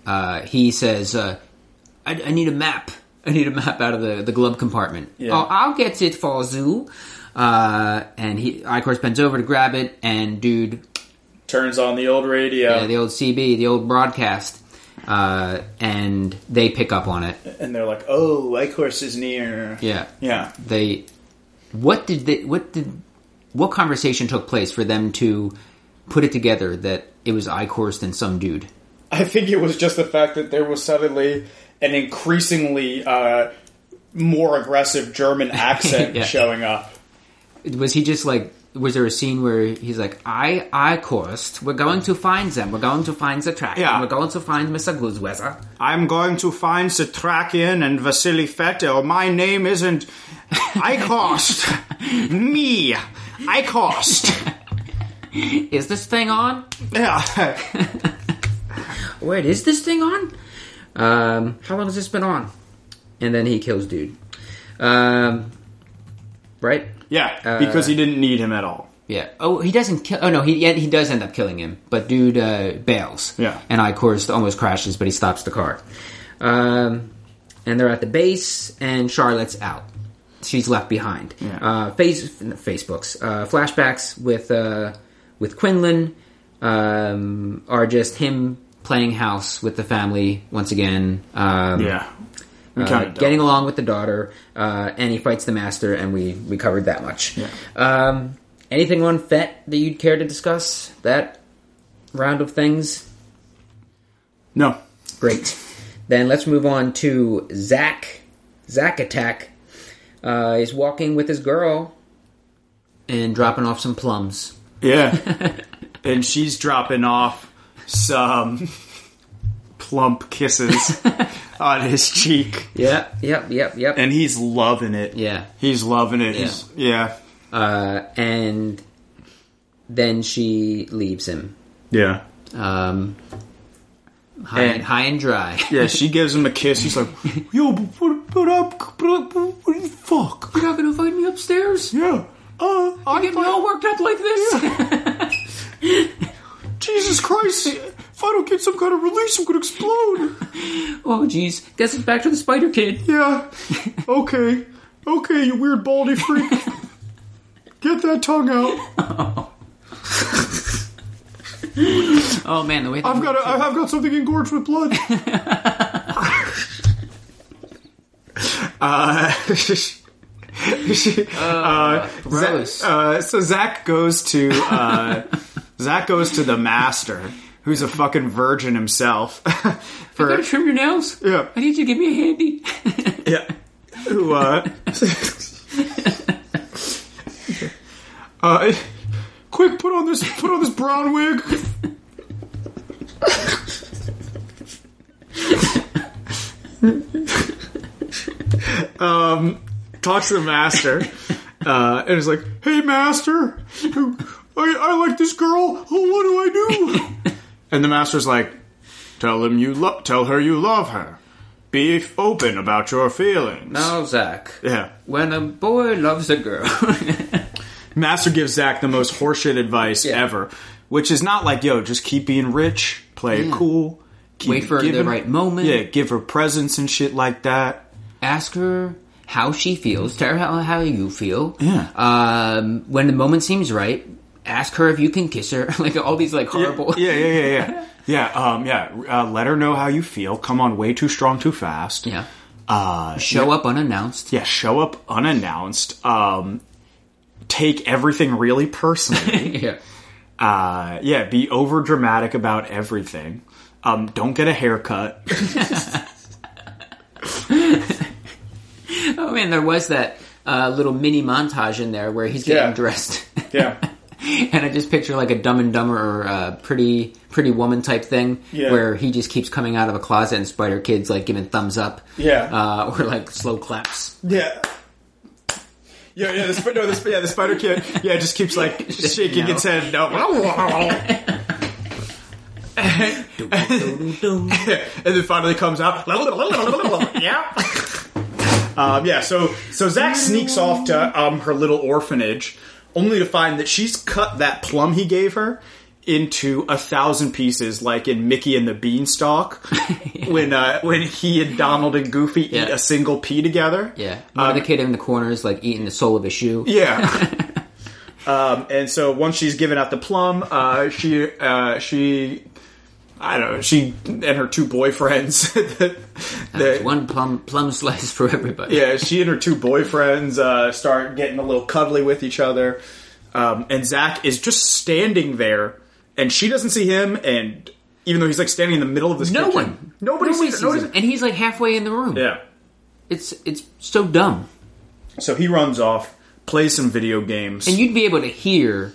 Uh, he says, uh, I, "I need a map. I need a map out of the the glove compartment. Oh, I'll get it for you." Uh, and he, I, of course, bends over to grab it, and dude
Turns on the old radio,
yeah, the old CB, the old broadcast, uh, and they pick up on it.
and they're like, "Oh, Whitehorse is near."
Yeah,
Yeah.
they. What did they? What did? What conversation took place for them to put it together that it was Icorst and some dude?
I think it was just the fact that there was suddenly an increasingly uh, more aggressive German accent
Yeah.
showing up.
Was he just like? Was there a scene where he's like, "I, Icorst, we're going to find them. We're going to find the track.
Yeah.
and we're going to find Mister Gluzweza."
I'm going to find Satrakian and Vasily Fetel. My name isn't I cost me. I cost.
Is this thing on?
Yeah.
Wait, is this thing on? Um, how long has this been on? And then he kills dude. Um, right? Uh,
Yeah, because he didn't need him at all.
Yeah. Oh, he doesn't kill. Oh no, he yeah, he does end up killing him, but dude uh, bails.
Yeah.
And I, of course, almost crashes, but he stops the car. Um, and they're at the base, and Charlotte's out. She's left behind.
Yeah.
Uh, face no, Facebooks uh, flashbacks with uh, with Quinlan um, are just him playing house with the family once again. Um,
Yeah. We
uh,
kind of
getting along with the daughter, uh, and he fights the master, and we, we covered that much. Um, anything on Fett that you'd care to discuss? That round of things?
No.
Great. Then let's move on to Zack. Zack Attack. Uh, he's walking with his girl and dropping off some plums.
Yeah. and she's dropping off some plump kisses on his cheek.
Yep, yep, yep, yep.
And he's loving it.
yeah.
He's loving it. Yeah. yeah.
Uh, and then she leaves him.
Yeah.
Um, high, and,
And-
high and dry.
Yeah, she gives him a kiss. He's like, "Yo, what, what up? What, what, what the fuck?
You're not gonna invite me upstairs?
Yeah, uh,
I get all worked up like this.
Jesus Christ! If I don't get some kind of release, I'm gonna explode."
oh, jeez. Guess it's back to the Spider Kid.
Yeah. Okay. Okay, you weird baldy freak. Get that tongue out.
Oh man, the way that
I've got a, I've got something engorged with blood. uh, uh,
gross.
Uh, so Zach goes to uh, Zach goes to the master, who's a fucking virgin himself.
I gotta
for
trim your nails.
yeah,
I need you to give me a handy.
yeah. Who uh, uh, quick, put on this put on this brown wig. um, talks to the master, uh, and is like, "Hey, master, I, I like this girl. Oh, what do I do?" and the master's like, "Tell him you lo- tell her you love her. Be f- open about your feelings."
Now, Oh, Zach,
Yeah.
when a boy loves a girl,
Master gives Zach the most horseshit advice
Yeah.
ever, which is not like, yo, just keep being rich, play it
Yeah.
cool, keep
Mm. Wait for the right moment.
Yeah, give her presents and shit like that.
ask her how she feels. Tell her how, how you feel.
Yeah.
Um, when the moment seems right, ask her if you can kiss her. like all these like
Yeah,
horrible.
Yeah, yeah, yeah, yeah. yeah, um, yeah. Uh, let her know how you feel. Come on, way too strong, too fast.
Yeah.
Uh,
Show up unannounced.
yeah, show up unannounced. Um, take everything really personally.
Yeah.
Uh, yeah, be over dramatic about everything. Um, don't get a haircut.
Oh man, there was that uh, little mini montage in there where he's getting
Yeah.
dressed.
Yeah.
and I just picture like a Dumb and Dumber or uh, Pretty Pretty Woman type thing,
Yeah.
where he just keeps coming out of a closet and Spider Kid's like giving thumbs up,
Yeah.
uh, or like slow claps.
Yeah.
yeah, yeah, the, sp- no, the, sp- yeah, the spider kid, yeah, it just keeps like shaking
No.
its head. No. and then finally comes out. yeah. Um, yeah, so so Zach sneaks off to um, her little orphanage, only to find that she's cut that plum he gave her into a thousand pieces, like in Mickey and the Beanstalk, when uh, when he and Donald and Goofy eat
Yeah.
a single pea together. Um,
Yeah, one of the kid in the corner is like eating the sole of a shoe.
Yeah. um, and so once she's given out the plum, uh, she uh, she I don't know she and her two boyfriends. that- that-
One plum plum slice for everybody.
yeah, she and her two boyfriends uh, start getting a little cuddly with each other, um, and Zach is just standing there, and she doesn't see him, and even though he's like standing in the middle of this,
No
kitchen,
one,
nobody,
nobody
sees,
sees
nobody
him, and he's like halfway in the room.
Yeah,
It's it's so dumb.
so he runs off, plays some video games.
And you'd be able to hear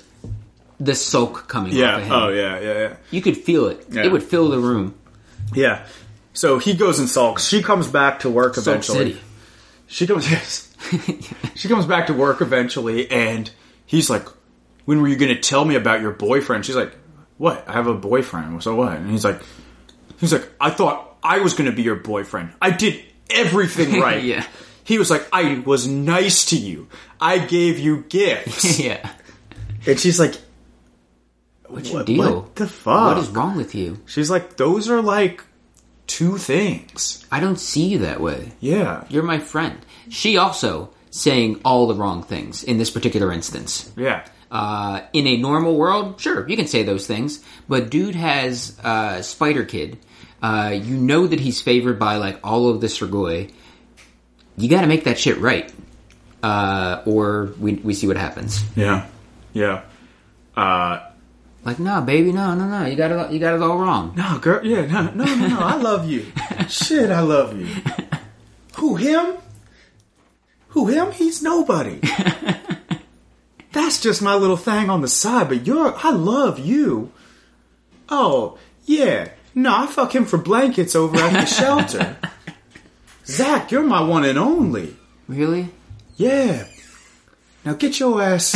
the sulk coming
yeah,
off of him.
oh yeah, yeah, yeah.
You could feel it.
Yeah.
It would fill the room.
Yeah. So he goes and sulks. She comes back to work
Sulk
eventually.
City.
She comes yes. she comes back to work eventually and he's like, When were you gonna tell me about your boyfriend? She's like, What? I have a boyfriend, so what? And he's like He's like, I thought I was gonna be your boyfriend. I did everything right.
Yeah.
He was like, I was nice to you. I gave you gifts.
yeah.
and she's like,
What's your
what,
deal?
what the fuck?
What is wrong with you?
she's like, those are like two things.
I don't see you that way.
Yeah.
You're my friend. She also saying all the wrong things in this particular instance.
Yeah.
Uh, in a normal world, sure, you can say those things, but dude has uh, Spider Kid. Uh, you know that he's favored by like all of this Strigoi. You got to make that shit right, uh, or we we see what happens.
Yeah, yeah.
Like, no, baby, no, no, no. You got it. You got it all wrong.
No, girl. Yeah, no, no, no. no I love you. Shit, I love you. Who him? Who him? He's nobody. That's just my little thing on the side. But you're, I love you. Oh yeah. No, I fuck him for blankets over at the shelter. Zach, you're my one and only.
Really?
Yeah. Now get your ass.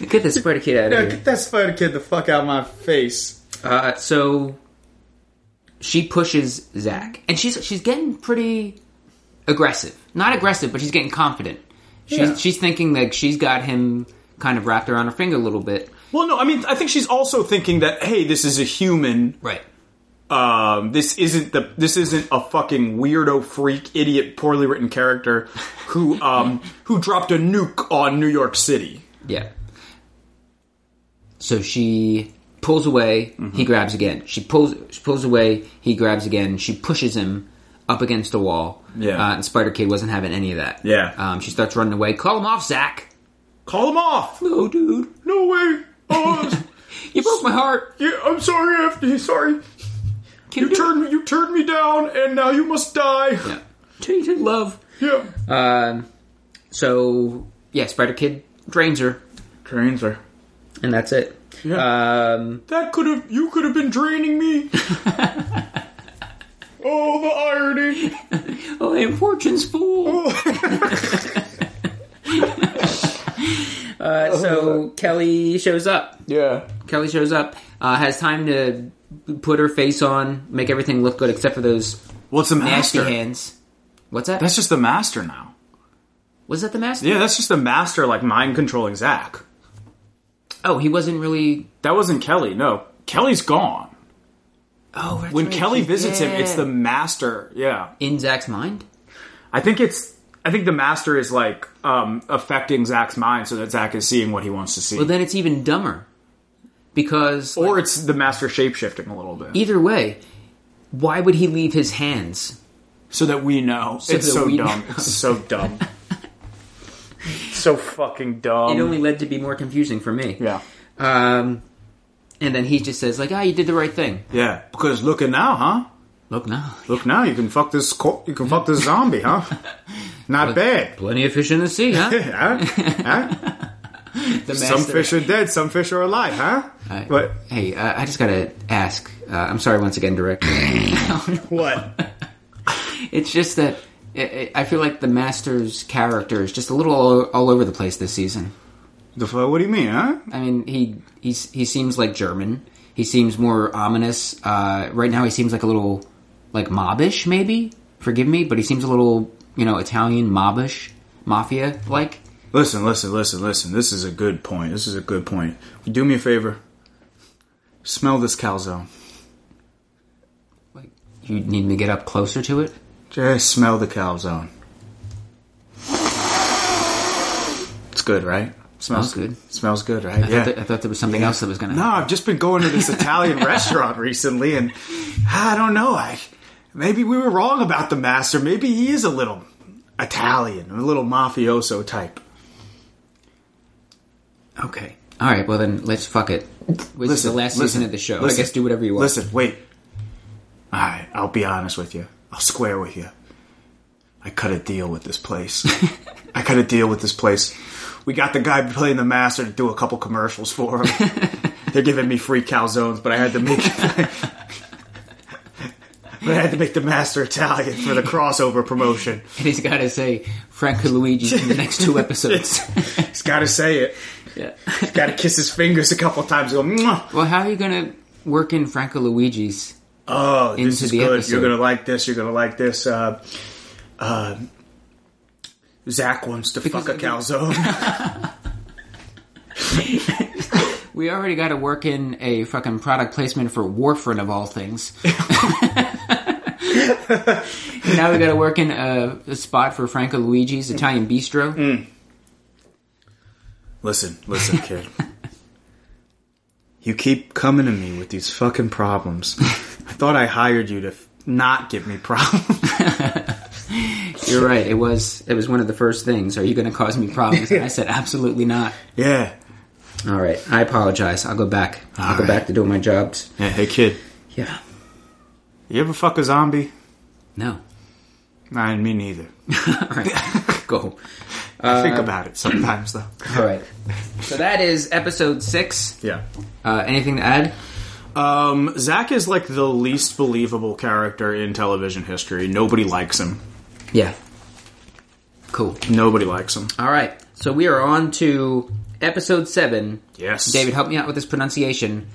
Get this Spider Kid out of here.
get that spider kid the fuck out of my face.
Uh, so she pushes Zach, and she's she's getting pretty aggressive. Not aggressive, but she's getting confident. She's
Yeah.
she's thinking that she's got him kind of wrapped around her finger a little bit.
Well, no, I mean, I think she's also thinking that hey, this is a human.
Right.
Um, this isn't the this isn't a fucking weirdo freak idiot poorly written character who um who dropped a nuke on New York City.
Yeah. So she pulls away. He grabs again. She pulls. She pulls away. He grabs again. She pushes him up against a wall.
Yeah.
Uh, and Spider Kid wasn't having any of that.
Yeah.
Um, she starts running away. Call him off, Zach.
Call him off.
No, dude.
No way. Oh,
You broke my heart.
yeah, I'm sorry. I have to- Sorry.
Can
You turned you turned me down, and now you must die.
Yeah. Titties and love.
Yeah.
Um, so yeah, Spider Kid drains her,
Drains her.
and that's it.
Yeah.
Um,
That could have you could have been draining me. oh, the irony.
oh, I am fortune's fool. uh, so Kelly shows up.
Yeah.
Kelly shows up. Uh, has time to put her face on, make everything look good, except for those
What's the
nasty
master?
hands. What's that?
That's just the master now.
Was that the master?
Yeah, that's just the master, like mind controlling Zach.
Oh, he wasn't really.
That wasn't Kelly. No, Kelly's gone.
Oh, that's
When
right,
Kelly
he-
visits him, it's
yeah.
the master. Yeah,
in Zach's mind.
I think it's. I think the master is like um, affecting Zach's mind so that Zach is seeing what he wants to see,
Well, then it's even dumber because like,
or it's the master shapeshifting a little bit,
Either way, why would he leave his hands?
so that we know. it's
that
so
we
dumb.
know.
It's so dumb. so fucking dumb.
it only led to be more confusing for me.
Um, yeah.
Um, and then he just says like, "Ah, you did the right thing."
Yeah, because look at now, huh?
Look now,
Look now, you can fuck this. Co- you can fuck this zombie, huh? Not bad.
plenty of fish in the sea, huh?
Huh? Huh?
The
Some
master-
fish are dead. Some fish are alive, huh?
I-
But
Hey, uh, I just gotta ask. Uh, I'm sorry once again, Direct.
What?
it's just that i i I feel like the Master's character is just a little all, all over the place this season.
the fuck? What do you mean, huh?
I mean, he he's, he seems like German. He seems more ominous. Uh, right now, he seems like a little like mobbish, maybe. Forgive me, but he seems a little you know Italian mobbish, mafia like.
Listen, listen, listen, listen. This is a good point. This is a good point. Do me a favor. Smell this calzone.
Like you need me to get up closer to it.
Just smell the calzone. It's good, right? Smells
Smells good.
Smells good, right?
I, thought,
yeah.
that- I thought there was something else that was gonna.
No, I've just been going to this Italian restaurant recently, and I don't know. I maybe we were wrong about the master. Maybe he is a little Italian, a little mafioso type.
Okay. All right. Well, then let's fuck it. This is the last
listen,
season of the show.
listen,
I guess do whatever you want.
Listen, wait. All right, I'll be honest with you. I'll square with you. I cut a deal with this place. I cut a deal with this place. We got the guy playing the master to do a couple commercials for him. They're giving me free calzones, but I had to make. but I had to make the master Italian for the crossover promotion.
And he's got to say Franco Luigi in the next two episodes.
He's got to say it.
yeah.
He's got to kiss his fingers a couple times. Go. "Mwah."
Well, how are you gonna work in Franco Luigi's?
Oh, this
into
is
the
good.
episode.
You're gonna like this. You're gonna like this. Uh, uh, Zach wants to
Because-
fuck a calzone.
We already got to work in a fucking product placement for Warfarin of all things. now we got to work in a, a spot for Franco Luigi's Italian Bistro.
listen, listen, kid. You keep coming to me with these fucking problems. I thought I hired you to f- not give me problems.
You're right. It was it was one of the first things. Are you going to cause me problems? And I said absolutely not.
yeah.
All right. I apologize. I'll go back. I'll
All
go
right.
back to doing my jobs.
Yeah. Hey, kid.
Yeah.
You ever fuck a zombie?
No.
Nah, me neither.
All right. Go.
I think about it sometimes, though.
All right. So that is episode six.
Yeah.
Uh, anything to add?
Um, Zach is like the least believable character in television history. Nobody likes him.
Yeah. Cool.
Nobody likes him.
All right. So we are on to episode seven.
Yes.
David, help me out with this pronunciation.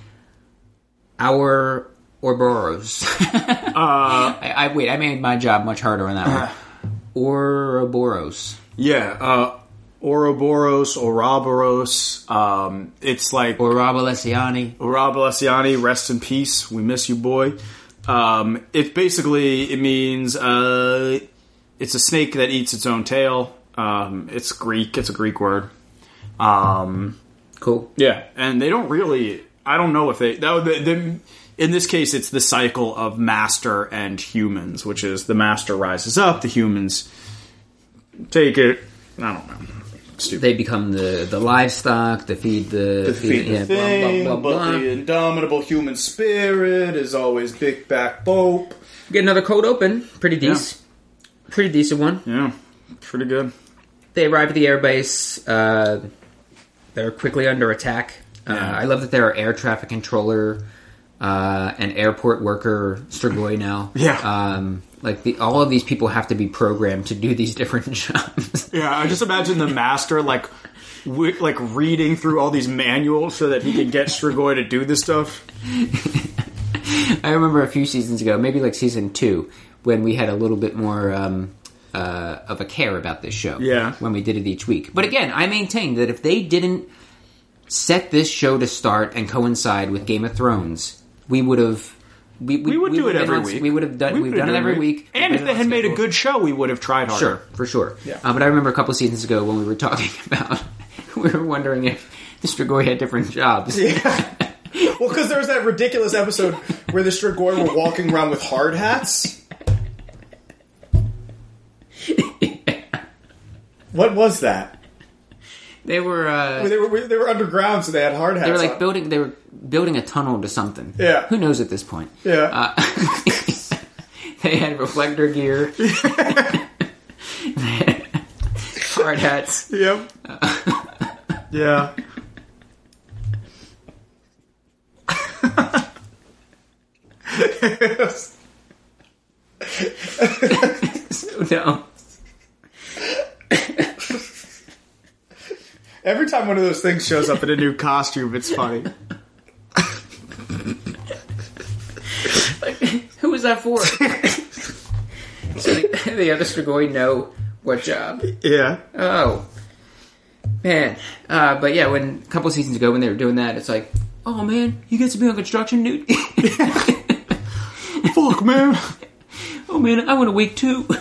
Our Ouroboros.
Uh,
I, I wait. I made my job much harder on that one.
Uh-huh.
Ouroboros.
Yeah, uh, Ouroboros, Ouroboros. Um, it's like
Ourobolesiani.
Rob Alessiani, rest in peace. We miss you, boy. Um, it basically it means uh, it's a snake that eats its own tail. Um, it's Greek. It's a Greek word. Um,
Cool.
yeah, and they don't really. I don't know if they. No, the, the, in this case, it's the cycle of master and humans, which is the master rises up, the humans take it. I don't know. Stupid.
They become the the livestock. They feed the,
Feed the
yeah, blah,
thing,
blah, blah,
but
blah.
the indomitable human spirit is always big back bope.
Get another cold open. Pretty decent. Pretty decent one.
Yeah, pretty good.
They arrive at the airbase. Uh, they're quickly under attack. Uh,
Yeah.
I love that there are air traffic controller uh, and airport worker Strigoi now.
Yeah.
Um, like the, all of these people have to be programmed to do these different jobs.
Yeah, I just imagine the master like wi- like reading through all these manuals so that he can get Strigoi to do this stuff.
I remember a few seasons ago, maybe like season two, when we had a little bit more um, uh, of a care about this show.
Yeah.
When we did it each week. But again, I maintain that if they didn't set this show to start and coincide with Game of Thrones, we would have. We,
We would do it
would've been
every
on-
week.
We would have done. We
would've
have done it every week. We've
And
been
if they
on
had made a
schedule.
good show, we would have tried harder.
Sure, for sure. Yeah. Uh, but I remember a couple seasons ago when we were talking about, we were wondering if Mr. Goy had different jobs.
Well, because there was that ridiculous episode where the Strigoi were walking around with hard hats. What was that?
They were. Uh,
They were they were underground, so they had hard hats.
They were like
on.
building. They were building a tunnel to something.
Yeah.
Who knows at this point?
Yeah.
Uh, they had reflector gear. hard hats.
Yep. yeah.
No.
Every time one of those things shows up in a new costume, it's funny.
who was that for? so the, the other Strigoi know what job.
Yeah.
Oh. Man. Uh, but yeah, when a couple seasons ago when they were doing that, it's like, oh man, you get to be on construction, dude.
Fuck, man.
oh man, I want a week too.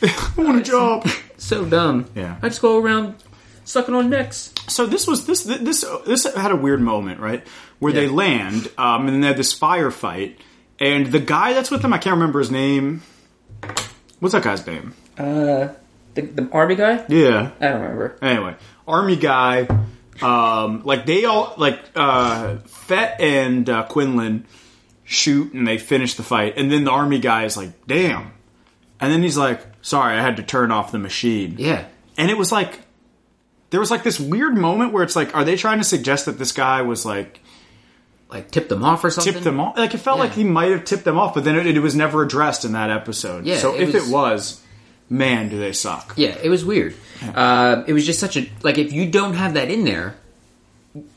Yeah. I want a job.
so dumb.
Yeah.
I just go around sucking on necks.
so this was this this this had a weird moment, right? Where they land, um, and they had this firefight, and the guy that's with them, I can't remember his name. What's that guy's name?
The, the army guy?
Yeah.
I don't remember.
Anyway, army guy. Um, like they all like uh, Fett and uh, Quinlan shoot and they finish the fight, and then the army guy is like, "Damn," and then he's like, "Sorry, I had to turn off the machine."
Yeah.
and it was like there was like this weird moment where it's like are they trying to suggest that this guy was like
Like tip them off or something.
tipped them off like it felt
Yeah.
like he might have tipped them off but then it, it was never addressed in that episode
Yeah,
so
it
if
was-
it was man do they suck
Yeah. It was weird. Uh, it was just such a like if you don't have that in there,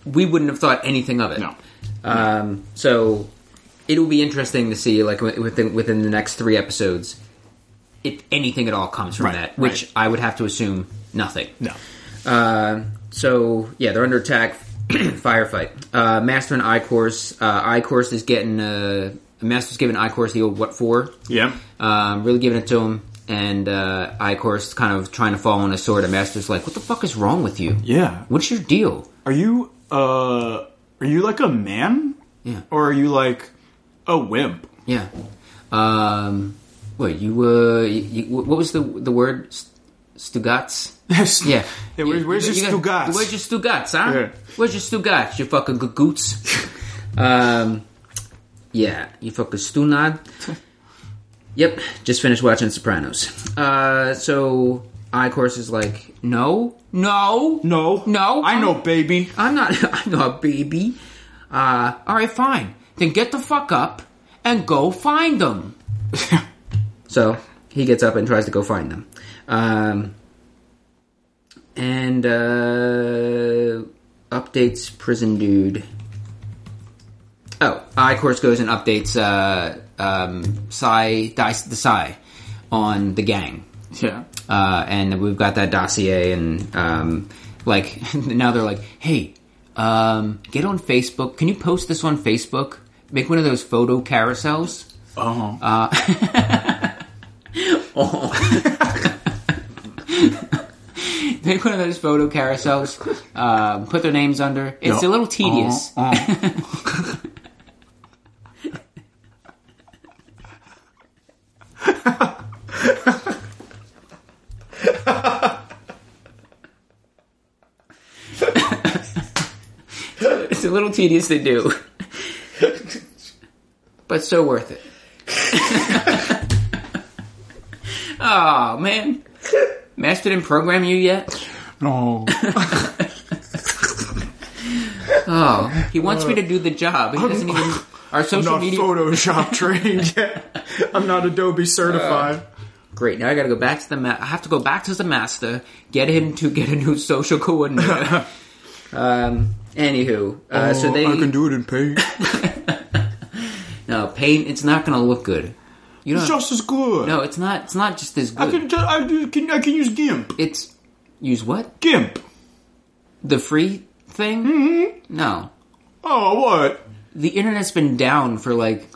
we wouldn't have thought anything of it.
no
Um, so it'll be interesting to see, like wi- within within the next three episodes, if anything at all comes from
Right,
that, which
right.
I would have to assume nothing.
no
Uh, so yeah, they're under attack. firefight. Uh, Master and I course. Uh, I course is getting. Uh, Master's giving I course the old what for.
yeah
Um, really giving it to him. And uh, I course is kind of trying to fall on his sword. And Master's like, "What the fuck is wrong with you?
yeah
What's your deal?"
are you uh are you like a man
Yeah.
or are you like a wimp
Yeah. Um, what you uh, you, you- what was the the word S- Stugats? Yeah.
Yeah, where- where's your
got-
Stugats?
Where's your Stugats, huh?
Yeah.
Where's your Stugats, you fucking goots? um, yeah, you fucking Stunad. Yep, just finished watching Sopranos. Uh, so, I, of course, is like, no, no,
no
No,
i
I'm-
know baby
I'm not. I'm not a baby. Uh, all right, fine. Then get the fuck up and go find them. so he gets up and tries to go find them. Um, and uh, updates prison dude. Oh, I of course goes and updates uh, um, Psy Dice the Psy on the gang
yeah
uh, and we've got that dossier and um, like now they're like hey um, get on facebook can you post this on facebook make one of those photo carousels Uh,
oh
make one of those photo carousels um, put their names under it's a
No.
little tedious
Oh, oh.
it's a little tedious to do but so worth it oh man master didn't program you yet
no
oh he wants me to do the job he doesn't even our social
not
media
Photoshop trained yet. I'm not Adobe certified.
Great. Now I got to go back to the. Ma- I have to go back to the master. Get him to get a new social coordinator. um. Anywho, uh, so they
do it in paint.
no paint. It's not going to look good. You don't.
It's just as good.
no, it's not. It's not just as
I
good.
can, ju- I, do- can I can use GIMP.
It's use what
GIMP.
the free thing. Mm-hmm. No,
Oh, what?
the internet's been down for like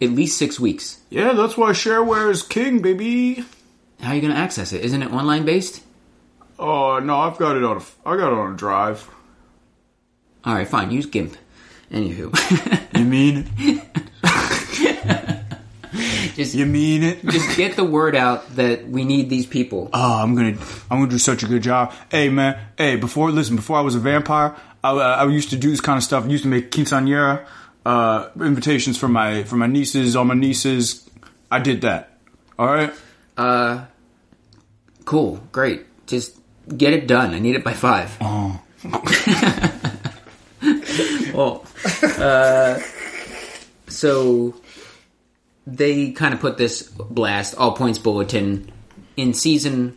at least six weeks.
Yeah, that's why shareware is king, baby.
How are you going to access it? Isn't it online based?
Oh no, I've got it on. A, f- I got it on a drive.
All right, fine. Use GIMP. Anywho.
You mean?
Just,
You mean it?
just get the word out that we need these people.
oh, I'm gonna, I'm gonna do such a good job. Hey, man, hey, before listen, before I was a vampire, I, I I used to do this kind of stuff. I used to make quinceanera uh, invitations for my for my nieces, all my nieces. I did that. All right.
Cool, great. Just get it done. I need it by five. well, uh, so they kind of put this blast, all points bulletin, in season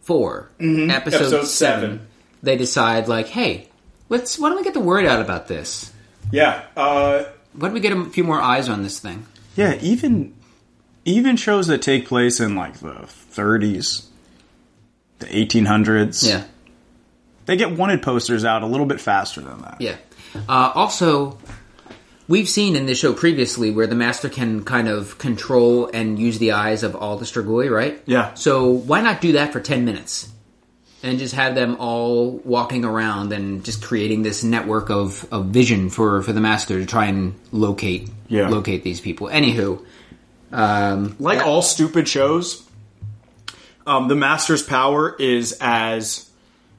4 Mm-hmm. episode,
Episode
seven,
seven.
They decide, like, hey, let's. Why don't we get the word out about this?
Yeah. Uh,
Why don't we get a few more eyes on this thing?
Yeah, even even shows that take place in like the 30s, the 1800s.
Yeah.
They get wanted posters out a little bit faster than that.
Yeah. Uh, also, we've seen in this show previously where the master can kind of control and use the eyes of all the Strigoi, right?
Yeah.
So why not do that for ten minutes, and just have them all walking around and just creating this network of, of vision for for the master to try and locate
Yeah.
locate these people. Anywho,
Like
Yeah.
all stupid shows, um, the master's power is as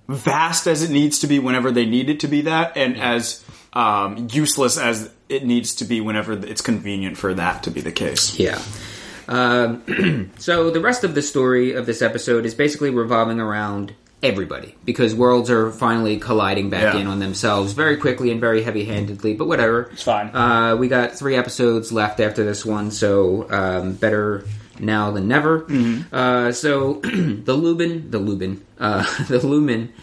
vast as it needs to be whenever they need it to be that, and as um, useless as it needs to be whenever it's convenient for that to be the case.
Yeah. Um, so the rest of the story of this episode is basically revolving around everybody because worlds are finally colliding back
Yeah.
in on themselves very quickly and very heavy-handedly. But whatever, it's
fine.
Uh, we got three episodes left after this one, so um, better now than never. Uh, so the Lubin, the Lubin, uh, the Lumen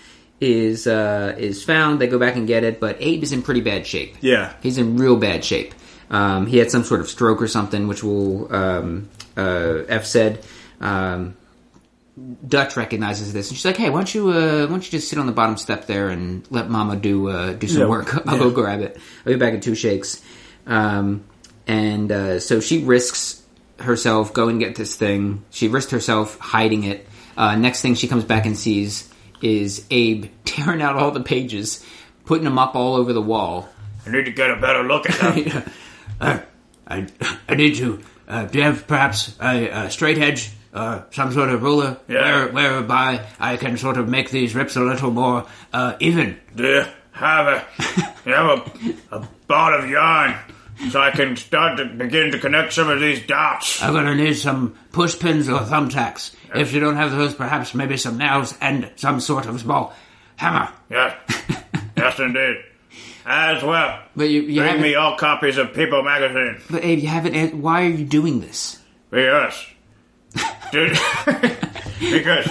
is uh, is found. They go back and get it, but Abe is in pretty bad shape.
Yeah.
He's in real bad shape. Um, he had some sort of stroke or something, which will um, uh, F said. Um, Dutch recognizes this, and she's like, "Hey, why don't you uh, why don't you just sit on the bottom step there and let Mama do uh, do some
Yeah.
work? I'll go grab it. I'll be back in two shakes." Um, and uh, so she risks herself go and get this thing. She risked herself hiding it. Uh, next thing she comes back and sees is Abe tearing out all the pages, putting them up all over the wall,
I need to get a better look at them.
I, I need to uh, do you have perhaps a, uh straight edge, uh, some sort of ruler,
Yeah.
where, whereby I can sort of make these rips a little more uh, even.
Do you have a you have a, a ball of yarn so I can start to begin to connect some of these dots?
Uh.
I'm going to need some push pins or thumbtacks. If you don't have those, perhaps maybe some nails and some sort of small hammer.
Yes, yes, indeed. As well,
But you, you
bring
haven't.
me all copies of People magazine.
But Abe, you haven't. an- Why are you doing this?
Yes, Did- because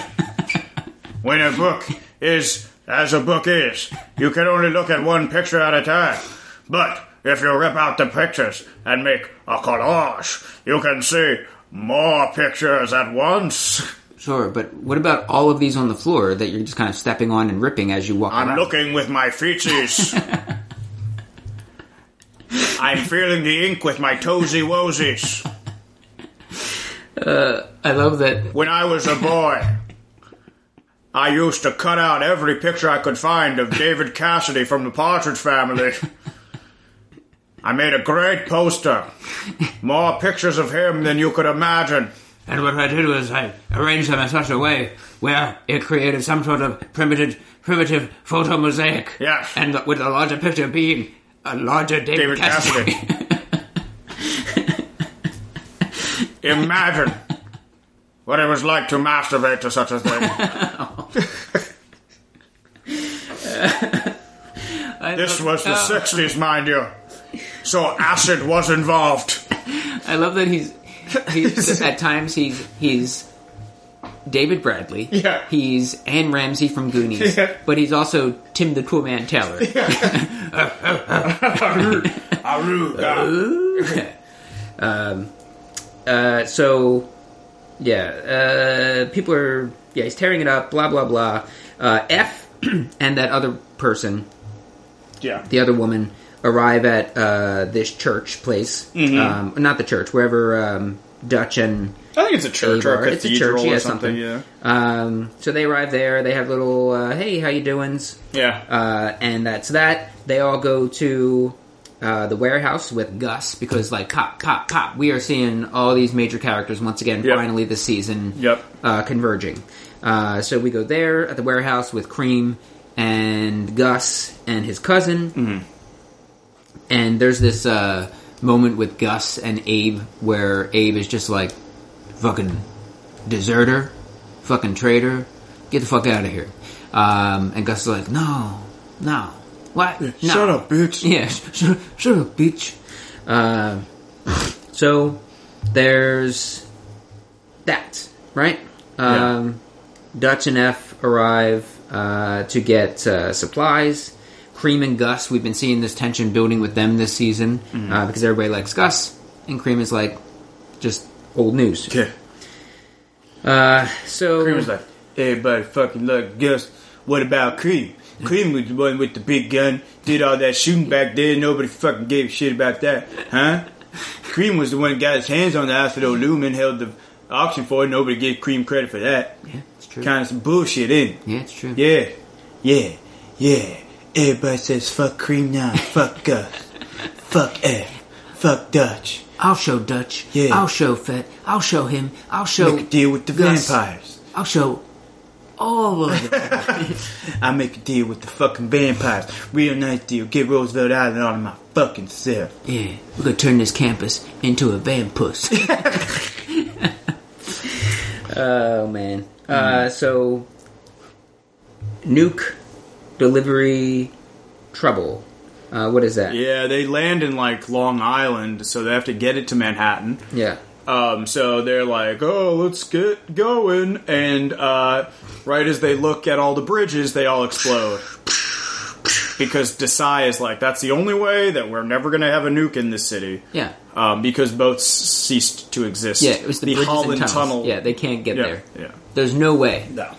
when a book is as a book is, you can only look at one picture at a time. But if you rip out the pictures and make a collage, you can see more pictures at once.
Sure, but what about all of these on the floor that you're just kind of stepping on and ripping as you walk
I'm
around?
looking with my feeties. I'm feeling the ink with my toesy woesies.
I love that.
When I was a boy, I used to cut out every picture I could find of David Cassidy from the Partridge Family. I made a great poster. More pictures of him than you could imagine.
And what I did was I arranged them in such a way where it created some sort of primitive, primitive photo mosaic.
Yes.
And with a larger picture being a larger David,
David
Cassidy.
Cassidy. Imagine what it was like to masturbate to such a thing.
I
This
love-
was the
oh,
60s, mind you. So acid was involved.
I love that he's. he's at times he's he's David Bradley.
Yeah.
He's Anne Ramsey from Goonies,
Yeah.
but he's also Tim the Cool Man Taylor. Um, Uh, so yeah, uh, people are yeah. He's tearing it up. Blah blah blah. Uh, F and that other person
yeah.
the other woman arrive at uh, this church place. Um, not the church, wherever um, Dutch and
I think it's a church or a
Avar- it's a
cathedral
church, yeah,
or something.
something.
Yeah.
um, so they arrive there. They have little uh, hey, how you doings?
Yeah.
Uh, and that's that. They all go to uh, the warehouse with Gus because like cop cop cop we are seeing all these major characters once again
Yep.
finally this season
Yep.
uh, converging. Uh, so we go there at the warehouse with Cream and Gus and his cousin,
Mm-hmm.
and there's this uh, moment with Gus and Abe where Abe is just like fucking deserter, fucking traitor, get the fuck out of here. Um, and Gus is like, no, no, what? No.
Shut up, bitch.
Yeah, sh- sh- shut up, bitch. Uh, so there's that, right? Um, Dutch and F arrive uh, to get uh, supplies. Cream and Gus, we've been seeing this tension building with them this season
Mm-hmm.
uh, because everybody likes Gus, and Cream is like just old news. Uh,
Okay.
So
Cream was like, everybody fucking look, Gus. What about Cream? Cream was the one with the big gun, did all that shooting back there. Nobody fucking gave a shit about that, huh? Cream was the one that got his hands on the acetyl loom and held the auction for it. Nobody gave Cream credit for that.
yeah, it's true.
Kind of some bullshit, in.
yeah, it's true.
Yeah, yeah, yeah. Everybody says fuck Cream now, fuck Gus, fuck F, fuck Dutch.
I'll show Dutch.
Yeah.
I'll show Fett. I'll show him. I'll show.
Make a deal with the
Gus.
vampires.
I'll show all of them.
I make a deal with the fucking vampires. Real nice deal. Get Roosevelt Island out of my fucking self.
Yeah, we're gonna turn this campus into a vampus. oh man. Uh, so, nuke delivery trouble. Uh, what is that?
Yeah, they land in like Long Island, so they have to get it to Manhattan.
Yeah.
Um, so they're like, oh, let's get going. And uh, right as they look at all the bridges, they all explode. Because Desai is like, that's the only way that we're never going to have a nuke in this city.
Yeah.
Um, because boats ceased to exist.
Yeah, it was the, bridges and
Holland
tunnels.
Tunnel.
Yeah, they can't get
Yeah,
there.
yeah.
There's no way.
No.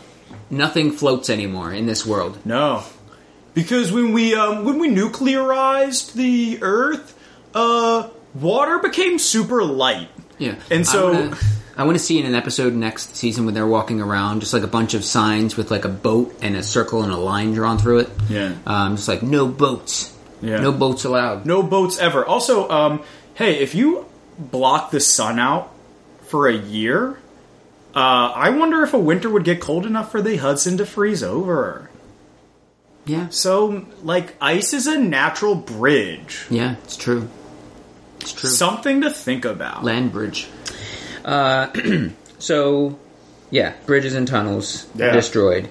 Nothing floats anymore in this world.
No, because when we um, when we nuclearized the Earth, uh, water became super light.
Yeah.
And so-
I wanna, I wanna see in an episode next season when they're walking around, just like a bunch of signs with like a boat and a circle and a line drawn through it.
Yeah.
Um, just like no boats.
Yeah.
No boats allowed.
No boats ever. Also, um, hey, if you block the sun out for a year, uh, I wonder if a winter would get cold enough for the Hudson to freeze over.
Yeah.
So, like, ice is a natural bridge.
Yeah, it's true. It's true.
Something to think about.
Land bridge. Uh, so, yeah, bridges and tunnels
Yeah.
destroyed.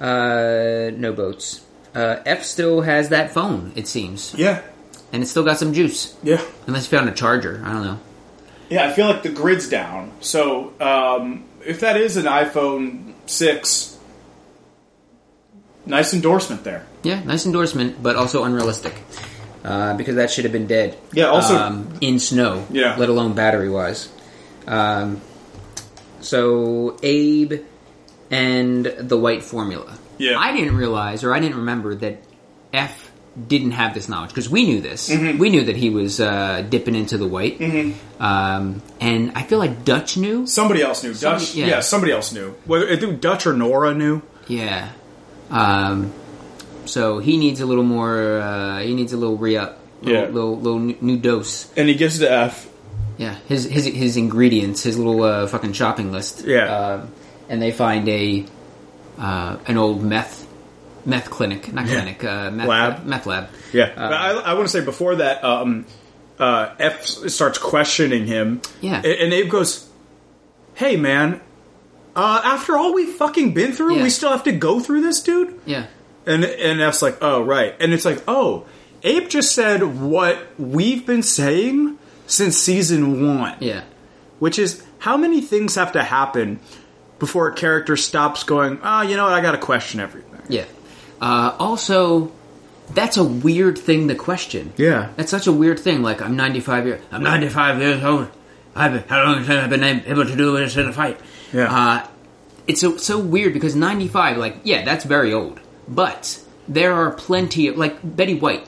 Uh, no boats. Uh, F still has that phone, it seems,
yeah,
and it's still got some juice.
yeah.
Unless you found a charger, I don't know.
Yeah, I feel like the grid's down. So um, if that is an iPhone six, nice endorsement there.
Yeah, nice endorsement, but also unrealistic. Uh, because that should have been dead.
Yeah, also-
um, in snow.
Yeah.
Let alone battery wise. Um, so Abe and the white formula.
Yeah.
I didn't realize or I didn't remember that F didn't have this knowledge because we knew this.
Mm-hmm.
We knew that he was uh, dipping into the white. Um, and I feel like Dutch knew.
Somebody else knew.
Somebody-
Dutch.
yeah.
Yeah. somebody else knew.
Whether I think Dutch or Nora knew.
Yeah. Um, so he needs a little more. Uh, he needs a little re up.
Yeah.
Little, little new- new dose.
And he gives it to F.
Yeah. His his his ingredients. His little uh, fucking shopping list.
Yeah.
Um, and they find a uh, an old meth meth clinic, not clinic, uh, meth
Lab.
meth lab.
Yeah,
Uh,
but I, I want to say before that, um, uh, F starts questioning him.
Yeah.
A- and Abe goes, "Hey, man, uh, after all we've fucking been through,
Yeah.
we still have to go through this, dude."
Yeah.
And and F's like, "Oh, right," and it's like, "Oh, Abe just said what we've been saying since season one."
Yeah.
which is how many things have to happen before a character stops going, "Ah, you know what? I got to question everything."
Yeah. Uh, also, that's a weird thing to question.
Yeah.
That's such a weird thing. Like I'm 95 years. I'm
I'm 95 years old. I've been, how long has I been able to do this in a fight?
Yeah,
Uh, it's so, so weird because 95, like, yeah, that's very old. But there are plenty of, like, Betty White.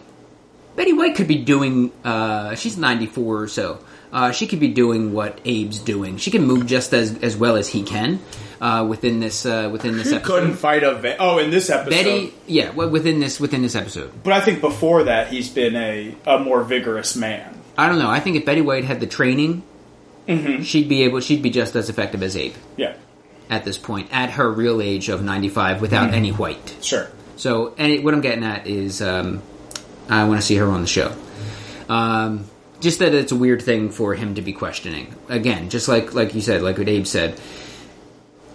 Betty White could be doing, uh, she's 94 or so. Uh, she could be doing what Abe's doing. She can move just as as well as he can uh, within this uh, within this
She
episode.
couldn't fight a. Va- oh, in this episode,
Betty, yeah, well, within this within this episode.
But I think before that, he's been a, a more vigorous man.
I don't know. I think if Betty White had the training, she'd be able. She'd be just as effective as Abe
Yeah,
at this point, at her real age of ninety five, without any white.
sure.
So, and it, what I'm getting at is, um, I want to see her on the show. Um, just that it's a weird thing for him to be questioning. Again, just like like you said, like what Abe said,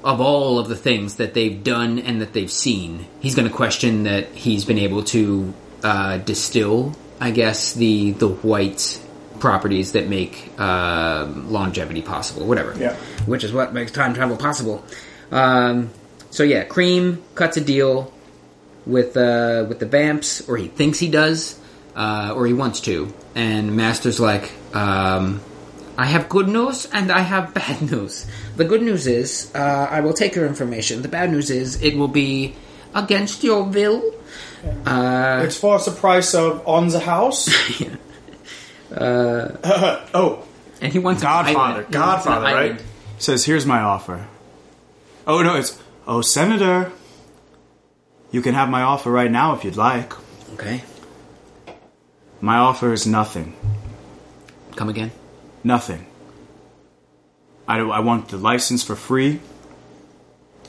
of all of the things that they've done and that they've seen, he's going to question that he's been able to uh, distill, I guess, the the white properties that make uh, longevity possible, whatever.
Yeah.
Which is what makes time travel possible. Um, so yeah, Cream cuts a deal with uh, with the vamps, or he thinks he does, uh, or he wants to. And Master's like, um, I have good news and I have bad news. The good news is uh, I will take your information. The bad news is it will be against your will.
Uh,
it's for the price of on the house. uh, oh,
And he wants an
Godfather,
island. He wants an
Godfather, right?
island.
Says, here's my offer. Oh no, it's oh Senator. You can have my offer right now if you'd like.
Okay,
My offer is nothing.
come again.
Nothing. I, I want the license for free.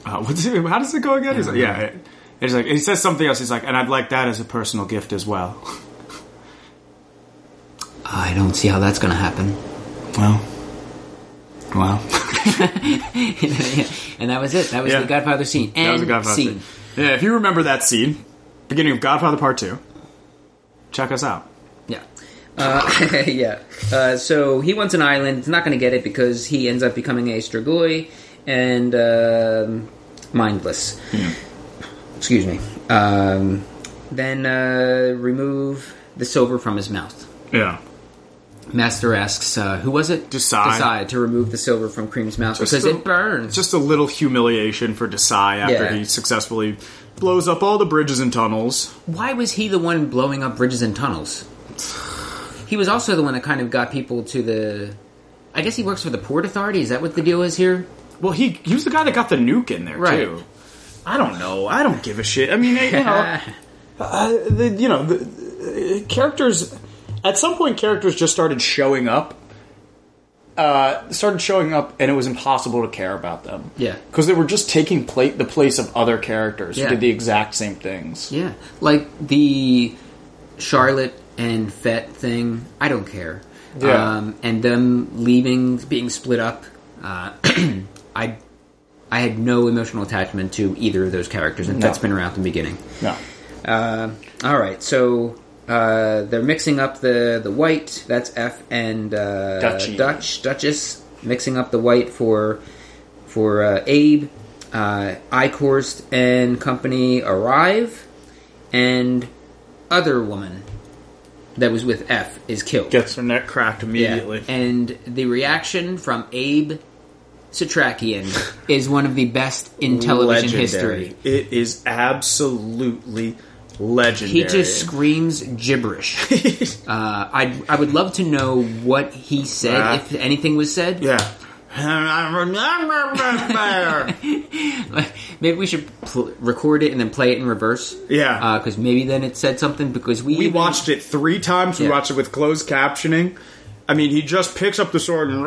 Uh, what's it, how does it go again? He's like, yeah. It, it's like, he says something else. He's like, and I'd like that as a personal gift as well.
I don't see how that's going to happen.
Well, well.
and that was it. That was
Yeah.
the Godfather scene. And
That was a Godfather
scene.
scene. Yeah, if you remember that scene, beginning of Godfather Part Two, check us out.
Yeah. Uh, yeah. Uh, so he wants an island. He's not going to get it because he ends up becoming a Strigoi and um mindless.
Hmm.
Excuse me. Um, then uh, remove the silver from his mouth.
Yeah,
Master asks, uh, "Who was it?"
Decide.
Decide to remove the silver from Cream's mouth
Just
because
the-
it burns.
just a little humiliation for Desai after
Yeah.
he successfully blows up all the bridges and tunnels.
Why was he the one blowing up bridges and tunnels? He was also the one that kind of got people to the. I guess he works for the port authority. Is that what the deal is here?
Well, he he was the guy that got the nuke in there
Right.
too. I don't know. I don't give a shit. I mean, you know, uh, the, you know, the, uh, characters. At some point, characters just started showing up. Uh, started showing up, and it was impossible to care about them.
Yeah.
because they were just taking pla- the place of other characters
Yeah.
who did the exact same things.
Yeah, like the Charlotte and Fett thing. I don't care.
Yeah.
Um, and them leaving, being split up. Uh, I, I had no emotional attachment to either of those characters, and
No.
Fett's been around from the beginning.
No,
Um all right, so uh, they're mixing up the the white. That's F and uh,
Duchy.
Dutch Duchess mixing up the white for for uh, Abe. Uh, Icorst and company arrive, and other woman that was with F is killed.
gets their neck cracked
Yeah.
immediately.
And the reaction from Abe Satrakian is one of the best in television history.
It is absolutely
He
legendary.
just screams gibberish. uh, I I would love to know what he said,
Uh,
if anything was said.
yeah. I remember
maybe we should pl- record it and then play it in reverse.
Yeah.
because maybe then it said something. Because we
We
even-
Uh, watched it three times. We
Yeah.
watched it with closed captioning. I mean, he just picks up the sword and.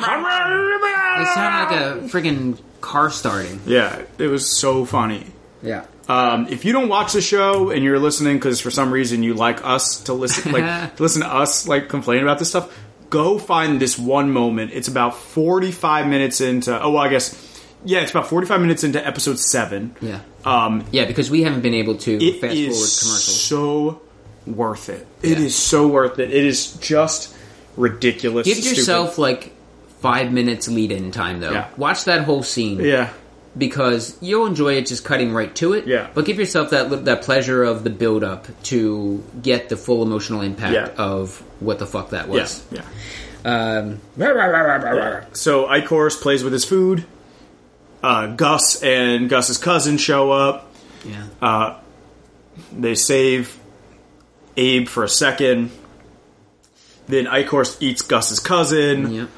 It sounded like a freaking car starting.
yeah, it was so funny.
Yeah.
Um, if you don't watch the show and you're listening because for some reason you like us to listen, like to listen to us like complain about this stuff, go find this one moment. It's about 45 minutes into. Oh, well, I guess yeah, it's about 45 minutes into episode seven.
Yeah.
Um,
yeah, because we haven't been able to
it
fast forward
is
commercials.
so worth it. It is so worth it. It is just ridiculous.
Give
stupid.
yourself like five minutes lead-in time though.
Yeah.
Watch that whole scene.
Yeah.
because you'll enjoy it just cutting right to it.
Yeah.
But give yourself that li- that pleasure of the build up to get the full emotional impact
Yeah.
of what the fuck that
Yeah.
was.
Yeah.
Um,
So Icorus plays with his food. Uh, Gus and Gus's cousin show up.
yeah.
Uh, They save Abe for a second. Then Eichhorst eats Gus's cousin.
Yep.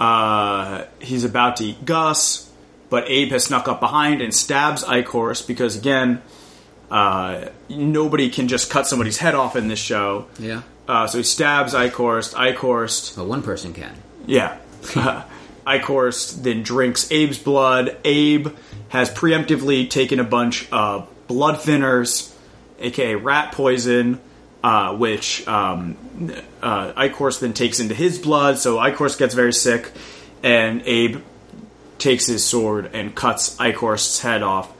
Uh, he's about to eat Gus, but Abe has snuck up behind and stabs Eichhorst because, again, uh, nobody can just cut somebody's head off in this show.
Yeah.
Uh, so he stabs Eichhorst. Eichhorst
But one person can.
yeah. Uh, Eichhorst then drinks Abe's blood. Abe has preemptively taken a bunch of blood thinners, aka rat poison, uh, which um, uh, Eichhorst then takes into his blood. So Eichhorst gets very sick, and Abe takes his sword and cuts Eichhorst's head off,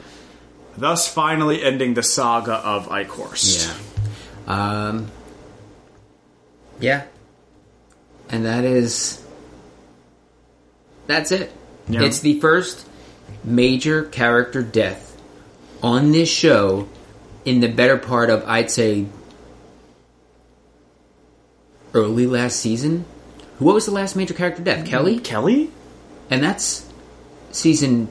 thus finally ending the saga of Eichhorst.
Yeah. Um. Yeah. And that is. That's it.
Yeah.
It's the first major character death on this show in the better part of, I'd say, early last season. What was the last major character death? Kelly?
Kelly?
And that's season.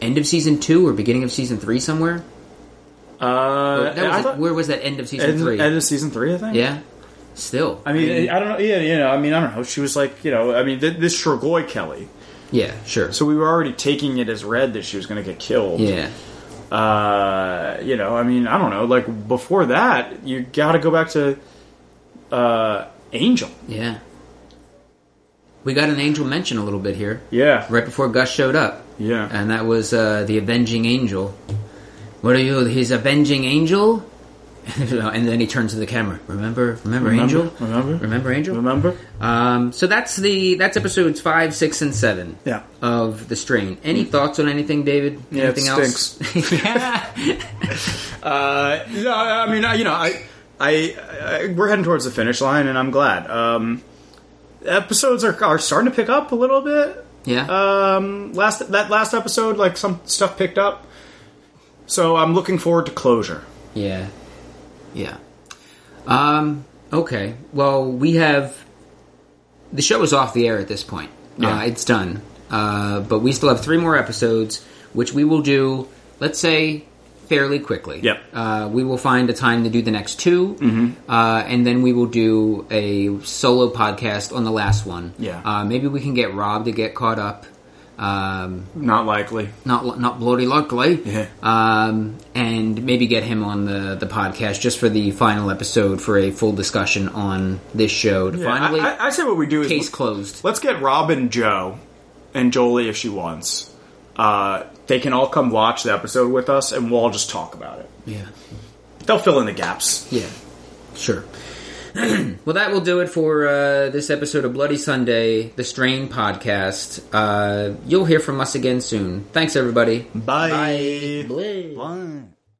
End of season two or beginning of season three somewhere?
Uh,
That was
I
like-
thought-
where was that end of season
end,
three?
end of season three, I think.
yeah. Still.
I mean, I don't know. Yeah, you know, I mean, I don't know. She was like, you know, I mean, th- this Shergoy Kelly.
Yeah, sure.
So we were already taking it as read that she was going to get killed.
Yeah.
Uh, you know, I mean, I don't know. Like before that, you got to go back to uh, Angel.
Yeah. We got an angel mention a little bit here,
Yeah,
right before Gus showed up,
yeah.
and that was uh, the avenging angel. What are you? His avenging angel? and then he turns to the camera. Remember, remember, angel.
remember?
remember, angel.
Remember?
Um, so that's the that's episodes five, six, and seven.
Yeah.
Of the strain. Any thoughts on anything, David?
Yeah, it
anything else? yeah.
Uh, no, I mean, I, you know, I, I, I, we're heading towards the finish line, and I'm glad. Um, episodes are are starting to pick up a little bit.
Yeah.
um, last that last episode, like some stuff picked up. So I'm looking forward to closure.
Yeah. Yeah. Um, okay. Well, we have. The show is off the air at this point.
Yeah.
Uh, it's done. Uh, but we still have three more episodes, which we will do, let's say, fairly quickly.
Yep. Mm-hmm.
Uh, we will find a time to do the next 2 uh, and then we will do a solo podcast on the last one.
Yeah.
Uh, maybe we can get Rob to get caught up. Um,
Not likely.
not not bloody likely.
Yeah.
Um, and maybe get him on the the podcast just for the final episode for a full discussion on this show. To finally,
I, I- I say what we do is
case closed.
let's get Robin, Joe, and Jolie if she wants. Uh, they can all come watch the episode with us, and we'll all just talk about it.
Yeah.
They'll fill in the gaps.
Yeah. Sure. well, that will do it for uh, this episode of Bloody Sunday, the Strain podcast. Uh, you'll hear from us again soon. Thanks, everybody.
Bye.
Bye.
One.